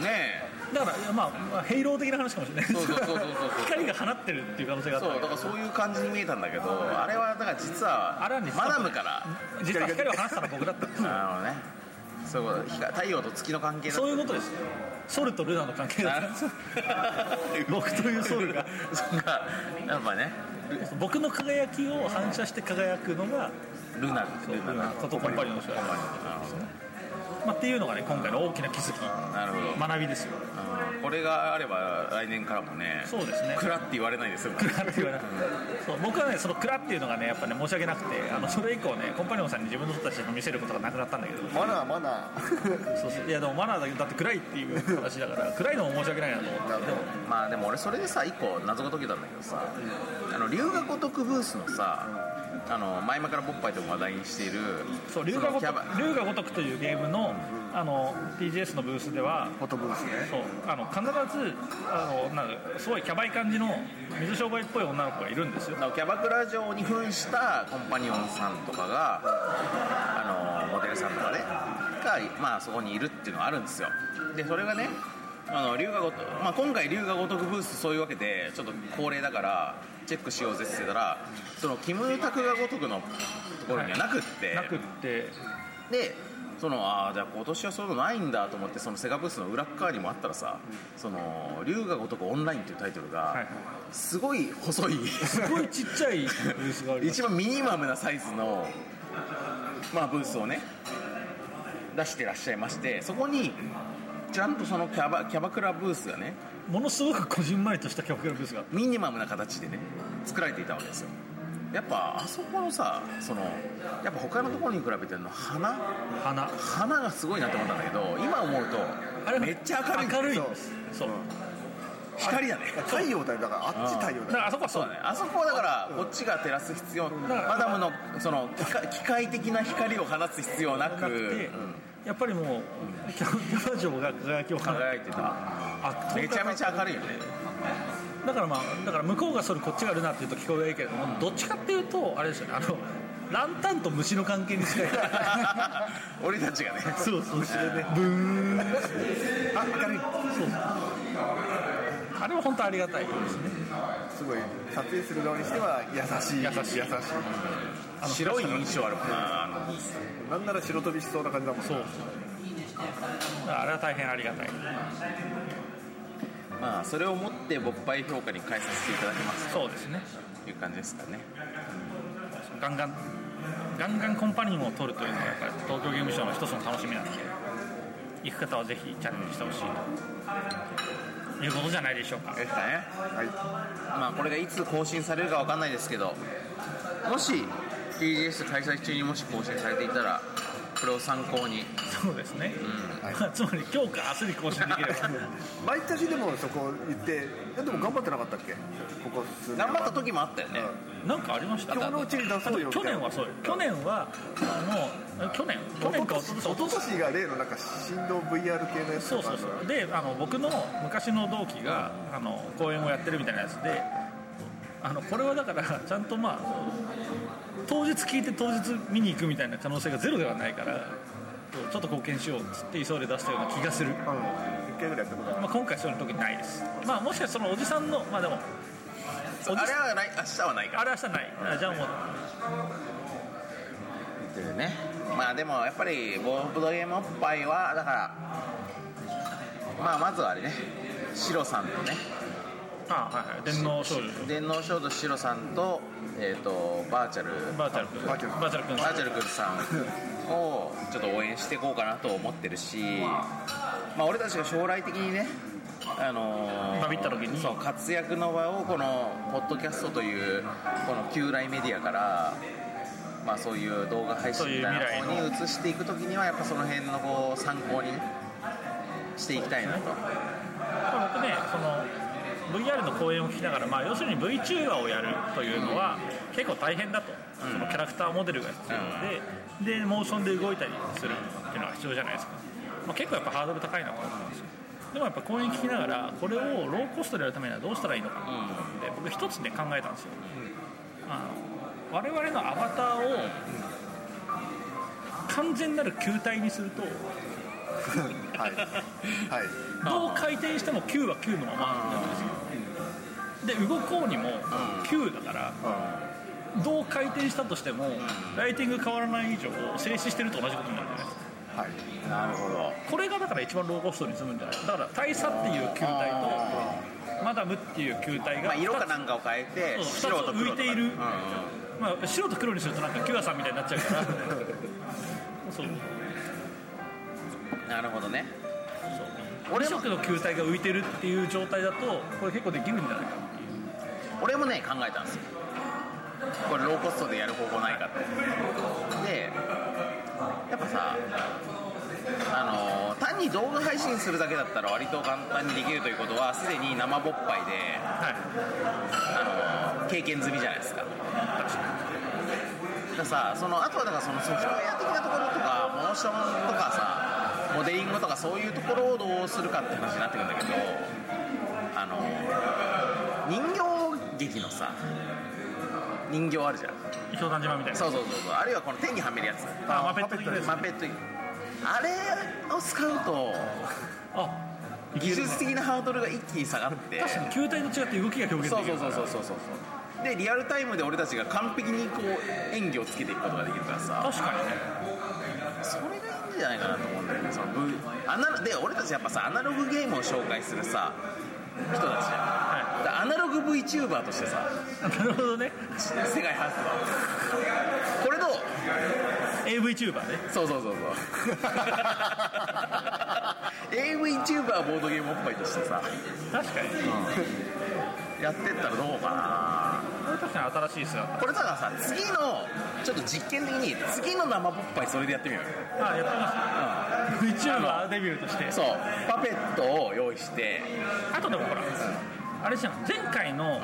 ねだからいやまあまあヘイロー的な話かもしれないえそうそうそうそうそう (laughs) 光が放ってるっていう可能性があっそたうわだけからそういう感じに見えたんだけどあれはだから実はあれはねマダムから実は光を放したのは僕だったんですよなるほどねそういうこと光太陽と月の関係だそういうことですソルとルナの関係なだるったほど僕というソルがそうかやっぱね僕の輝きを反射して輝くのがルナそうルナなコンパニオンの人コンパニオンなるほどねまあ、っていうのがね今回の大きな気づきなるほど学びですようんこれがあれば来年からもねそうですねクラって言われないですよクラって言われなそう僕はねそのクラっていうのがねやっぱね申し訳なくてあのそれ以降ねコンパニオンさんに自分の撮った写真を見せることがなくなったんだけどマナーマナーそうそういやでもマナーだけどだって暗いっていう話だから暗いのも申し訳ないなと思ってでもまあでも俺それでさ一個謎が解けたんだけどさあの龍が如くブースのさあの前々からボッパイでも話題にしているそう龍がその如キャバく龍が如くというゲームのあの TGS のブースではフォトブースねそうあの必ずあのなんだろうすごいキャバい感じの水商売っぽい女の子がいるんですよキャバクラ嬢に扮したコンパニオンさんとかがあのモデルさんとかねが、まあ、そこにいるっていうのがあるんですよでそれがねあの龍がごと、まあ、今回龍が如くブースそういうわけでちょっと恒例だからチェックしようぜって言ってたらそのキムタクが如くのところにはなくって、なくってでそのあーじゃあ今年はそういうのないんだと思ってそのセガブースの裏っ側にもあったらさ「その龍が如くオンライン」っていうタイトルはがいすごい細いすごいちっちゃいブースがあります一番ミニマムなサイズの、まあ、ブースをね出してらっしゃいましてそこにちゃんとそのキャバキャバクラブースがねものすごくこじんまりとしたキャバクラブースがミニマムな形でね作られていたわけですよやっぱあそこのさそのやっぱ他のところに比べての花花花がすごいなって思ったんだけど今思うあれとめっちゃ明るい明るいそうんですそう光だね太陽だよだからあっち太陽だだかよらあそこはそそううだねあそこはだからこっちが照らす必要だからマダムのその機械機械的な光を放つ必要なくなくてうんやっぱりもうキャバ嬢が輝きを放って輝いてたあめちゃめちゃ明るいよね (laughs) だからまあだから向こうがそれこっちがルナっていうと聞こえがいいけれどもどっちかっていうとあれですよねあのランタンと虫の関係に近い俺たちがねそうそう虫でねブーンあ明るいそうあれは本当ありがたいですねすごい撮影する側にしては優しい優しい優しあの白い印象あるもんなあのいなんなら白飛びしそうな感じだもんそうだからあれは大変ありがたいまあそれをもって勃発評価に変えさせていただきますそうですねという感じですかねガンガンガンガンコンパニオンを取るというのがやっぱり東京ゲームショウの一つの楽しみなので行く方はぜひチャレンジしてほしいということじゃないでしょうかですかねはいまあこれがいつ更新されるかわかんないですけどもし TGS 開催中にもし更新されていたらこれを参考にそうですね、まあ (laughs) つまり今日か明日に更新できれば毎年でもそこ行ってえでも頑張ってなかったっけここ数年頑張った時もあったよねなんかありました今日のうちに出そうよみた去いな年はそうよ去年はあの去年去年か一昨年おととしが例のなんか振動 VR 系のやつそとうそかうそうであの僕の昔の同期があの公演をやってるみたいなやつであのこれはだからちゃんとまあ当日聞いて当日見に行くみたいな可能性がゼロではないからちょっと貢献しようっつって急いで出したような気がすうる、ん一回ぐらいやったことあまあ、今回そういう時ないですまあもしかしたらそのおじさんのまあでもあれはない明日はないからあれ明日ないあじゃあもうねまあでもやっぱりボードゲームおっぱいはだからまあまずはあれねシロさんとねあはいはい電脳少女電脳少女シロさんと,、えー、とバーチャルバーチャル君バーチャルバーチャル君バーチャルくんさんをちょっと応援していこうかなと思ってるし、まあ、俺たちが将来的にねあのーバビった時にそう活躍の場をこのポッドキャストというこの旧来メディアからまあ、そういう動画配信みたいな方に移していくときにはやっぱその辺のこう参考にしていきたいなとまあ僕ねその VR の講演を聞きながら、まあ、要するに VTuber をやるというのは結構大変だと、そのキャラクターモデルが必要で、でモーションで動いたりするっていうのが必要じゃないですか、まあ、結構やっぱハードル高いなと思うんですよでもやっぱ講演聞きながらこれをローコストでやるためにはどうしたらいいのかなと思って僕一つね考えたんですよ、あの我々のアバターを完全なる球体にするとはいはいどう回転しても9は9のままなんですよで動こうにも9だからあどう回転したとしてもライティング変わらない以上静止してると同じことになるじゃないですかーなはいるほどこれがだから一番ローコストに済むんじゃないだから大佐っていう球体とマダムっていう球体まがあ、色か二つなんかを変えてそう白と黒とか二つ浮いているうんうんまあ、白と黒にするとなんかキュアさんみたいになっちゃうから (laughs) そうそううんなるほどね俺俺2も色の球体が浮いてるっていう状態だとこれ結構できるんじゃないか俺もね考えたんですよこれローコストでやる方法ないかってでやっぱさあの単に動画配信するだけだったら割と簡単にできるということはすでに生ぼっぱいではいあの経験済みじゃないですかだからさそのあとはだからそのソフトウェア的なところとかモーションとかさモデリングとかそういうところをどうするかって話になってくるんだけどあの人形劇のさ人形あるじゃんひょうたん島みたいなそうそうそうそうあるいはこの手にはめるやつあマペット的なやつマペットあれを使うとあいけ技るね術的なハードルが一気に下がって確かに球体と違って動きが表現できるそうそうそうそうそうそうそうでリアルタイムで俺たちが完璧にこう演技をつけていくことができるからさ確かにねそれがいいんじゃないかなと思うんだよねそのブアナロで俺たちやっぱさアナログゲームを紹介するさ人たちじゃはんだからアナログ VTuber としてさいなるほどね世界初だこれどう AVTuber ねそうそうそうそう (laughs) AVTuber ボードゲームおっぱいとしてさ確かにやってったらどうかこれ確かに新しい姿なこれだからさ次のちょっと実験的に次の生ぼっぱいそれでやってみようよあやってます VTuber デビューとしてそうパペットを用意してあとでもほらあれじゃん前回の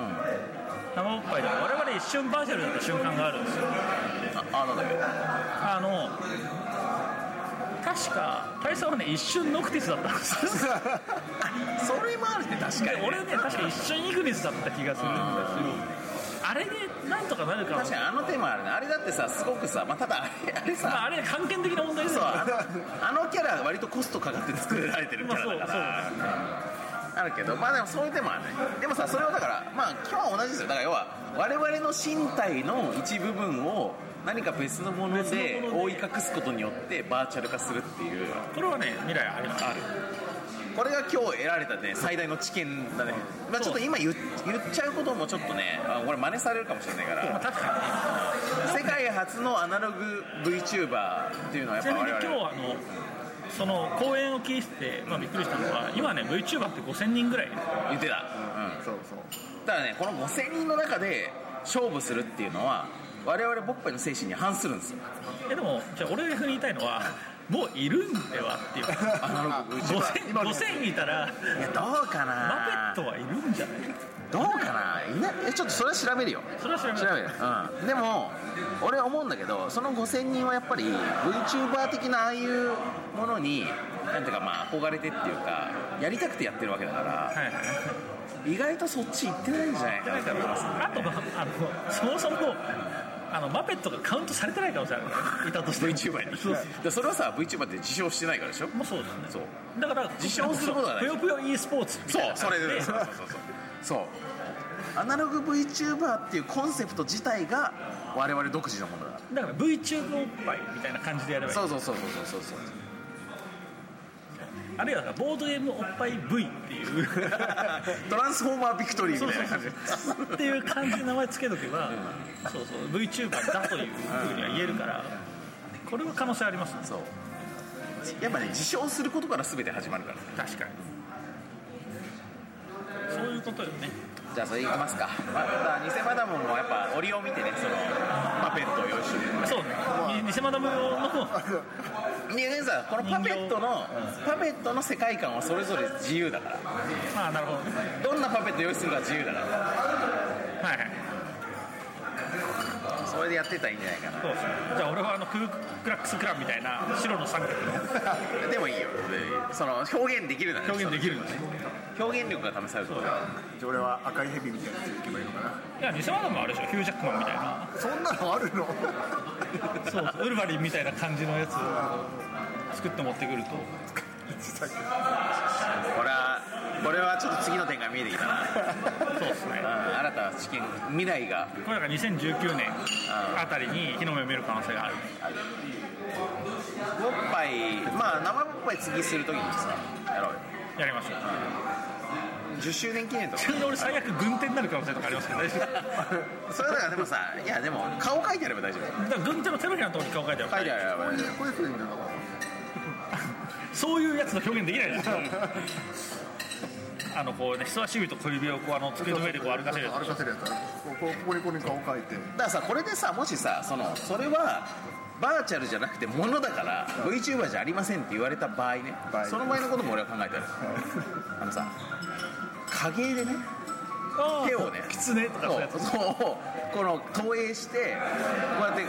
生おっぱいでも我々一瞬バーチャルだった瞬間があるんですよああなんだっけあの確か大佐はね一瞬ノクティスだったんです (laughs) よそれもあるね確かに、で俺ね確か一瞬イグニスだった気がするんですよあれでなんとかなるかも確かにあの手もあるねあれだってさすごくさ、まあ、ただあれあれま (laughs) さああれ関係的な問題ですそうよあのあのキャラは割とコストかかって作られてるキまあャそうラそだうから、あるけどまあでもそういう手もあるねでもさそれはだからまあ基本は同じですよだから要は我々の身体の一部分を何か別のもので別のもの覆いで隠すことによってバーチャル化するっていうこれはね未来ありますあるこれが今日得られたね最大の知見だね、まあ、ちょっと今言っ言っちゃうこともちょっとねあこれ真似されるかもしれない (laughs) から確かに世界初のアナログ VTuber っていうのはやっちぱなみに我今日あ々のその講演を聞いてて、まあ、びっくりしたのは今ね VTuber って5000人ぐらい言ってた、そうそううん、ただねこの5000人の中で勝負するっていうのは我々ボッパイの精神に反するんですよえでもじゃあ俺が逆に言いたいのはもういるんではっていうアナログ VTuber 5000 5000いたらいやどうかマペなットはいるんじゃないどうかないなえちょっとそれは調べるよそれは知ら調ないべる、うん、でも俺思うんだけどその5000人はやっぱり VTuber 的なああいうものになんていうかまあ憧れてっていうかやりたくてやってるわけだからはいはい意外とそっち行ってないんじゃないかなと思いますあとまあのそもそもあのマペットがカウントされてない可能性あるからいたとしても VTuber にそうそうでそれはさ VTuber って自称してないからでしょもうそうですねそうだから自称することはないぷよぷよ e スポーツみそうたいなそ感れじででそうそうそうそうそうアナログ VTuber っていうコンセプト自体が我々独自のものだからだから VTuber おっぱいみたいな感じでやればいいそうそうそうそうそうそうあるいはなんかボードゲームおっぱい V っていう (laughs) トランスフォーマービクトリーみたいな感じっていう感じの名前つけとけば、そうそう VTuber だというふうには言えるから、これは可能性ありますねそうやっぱね自称することから全て始まるから確かにそういうことよねじゃあそれいきますかまた偽マダムもやっぱ折を見てねそのパペットを用意してるそうねム用のでさこのパペットのパペットの世界観はそれぞれ自由だからまあなるほどはいどんなパペット用意するかは自由だかはいらそれでやってたらいいんじゃないかそうですねじゃあ俺はあのクルクラックスクランみたいな白の三角のなでもいいよその表現できるなら表現できるんですね表現力が試されるとこだじゃあ俺は赤いヘビみたいなやつ行けばいいのかないや偽物もあるでしょヒュージャックマンみたいなそんなのあるのそうそうウルヴァリンみたいな感じのやつを作って持ってくるとこれはこれはちょっと次の展開見えてきたな、そうですねうん、新たな知見未来がこれだから2019年あたりに日の目を見る可能性があるおっぱいまあ生おっぱい次するときにさやろうよやりましょう10周年記念とかちなみに俺最悪軍手になる可能性とかありますけど大丈それだからでもさいやでも顔描いてやれば大丈夫夫だから軍手の手のひらのところに顔描いてある描いてやれば大丈これするんだろそういうやつの表現できないじゃんあのこうね人差し指と小指をこうあの机の上でこう歩かせるやつ歩かせるやつここここにここに顔描いて夫だからさこれでさもしさそのそれはバーチャルじゃなくてものだから VTuber じゃありませんって言われた場合ね場合その場合のことも俺は考えてあるあ (laughs) のさ影絵でねあー手をね狐とかそういうやそうつそうこの投影してこうやってこ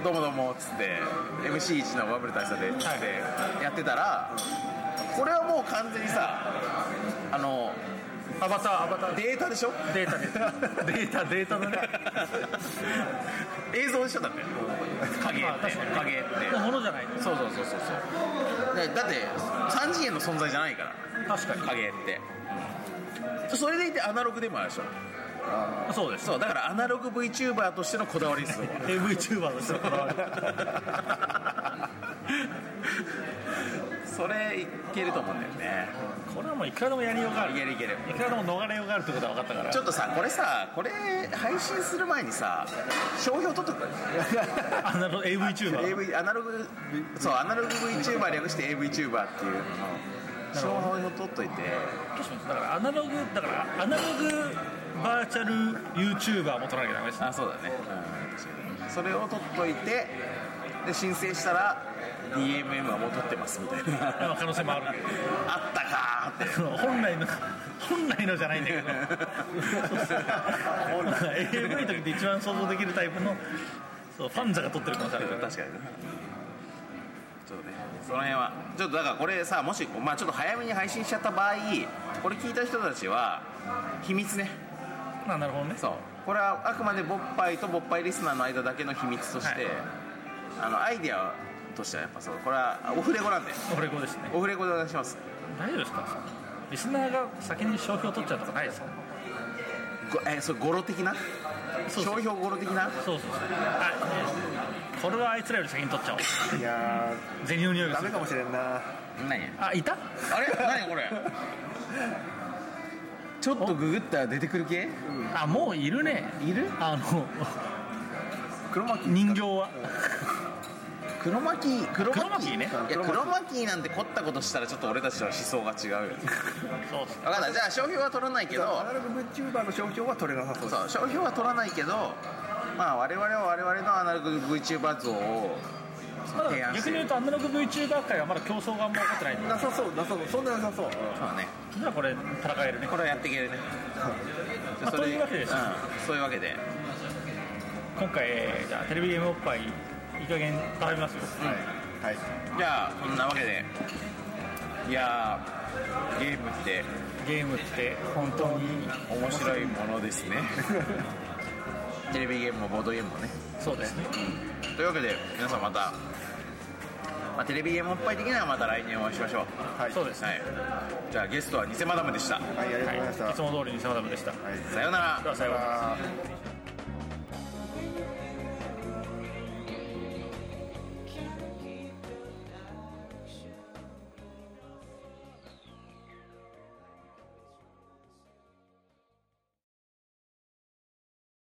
う「どうもどうも」っつって MC1 のバブル大佐でっつってやってたらこれはもう完全にさあのアバターアバターデータでしょデータでデータデータのね映像でしょだって影まあって確かに影ってのものじゃないそうそうそうそうそうだだって3次元の存在じゃないから確かに影絵ってそれでいてアナログでもあるでしょそうですそうだからアナログ VTuber としてのこだわりですよ AVTuber の人のこだわりそれいけると思うんだよねこれはもういくらでもやりようがあいけるるいけるいくらでも逃れようがあるってことは分かったからちょっとさこれさこれ配信する前にさ商標取っとくあの AVTuber AV アナログそうアナログ VTuber 略して AVTuber っていうののなる商ほど標取っといてだからアナログだからアナログバーチャル YouTuber も取らなきゃダメですねあそうだね、うん、それを取っといてで申請したら DMM はもう取ってますみたいなまあ可能性もあるけどあったかーっ (laughs) てその本来の本来のじゃないんだけど AV だけで一番想像できるタイプのそうファンザが撮ってる可能性あるから (laughs) 確かにねちょっとねその辺はちょっとだからこれさもし、まあ、ちょっと早めに配信しちゃった場合これ聞いた人たちは秘密ねまあなるほどねそうこれはあくまでボッパイとボッパイリスナーの間だけの秘密として、はいあのアイディアとしてはやっぱそうこれはオフレコなんでオフレコですねオフレコでお願いします大丈夫ですかリスナーが先に商標取っちゃうとかないですかごえそれ語呂的なそ商うそう標語呂的なそうそうそうあねこれはあいつらより先に取っちゃおういや銭の匂いーがダすメるかもしれんな何あいたあれ何これ (laughs) ちょっとググったら出てくる系あもういるねいるあの黒巻人形は黒巻き黒黒巻きねいや黒巻きなんて凝ったことしたらちょっと俺たちとは思想が違 (laughs) うよねそうっす分かったじゃあ商標は取らないけどアナログ VTuber の商標は取れなさそうですそう商標は取らないけどまあ我々は我々のアナログ VTuber 像をま提だ案し逆てに言うとアナログ VTuber 界はまだ競争があんま起こってないんでなさそうなさそうそんななさそうそうだねじゃあこれ戦えるねこれはやっていける (laughs) ねまあというわけですうん、そういうわけで今回えーじゃあテレビゲームおっぱいいい加減頼みますよはいはいじゃあこんなわけでいやーゲームってゲームって本当に面白いものです (laughs) ねテレビゲームもボードゲームもねそうですねというわけで皆さんまた、まあ、テレビゲームおっぱい的にはまた来年お会いしましょうはいそうですねはいじゃあゲストは偽マダムでしたはいありがとうございましたはいいつも通りにサマダムでしたさようならではさようならあー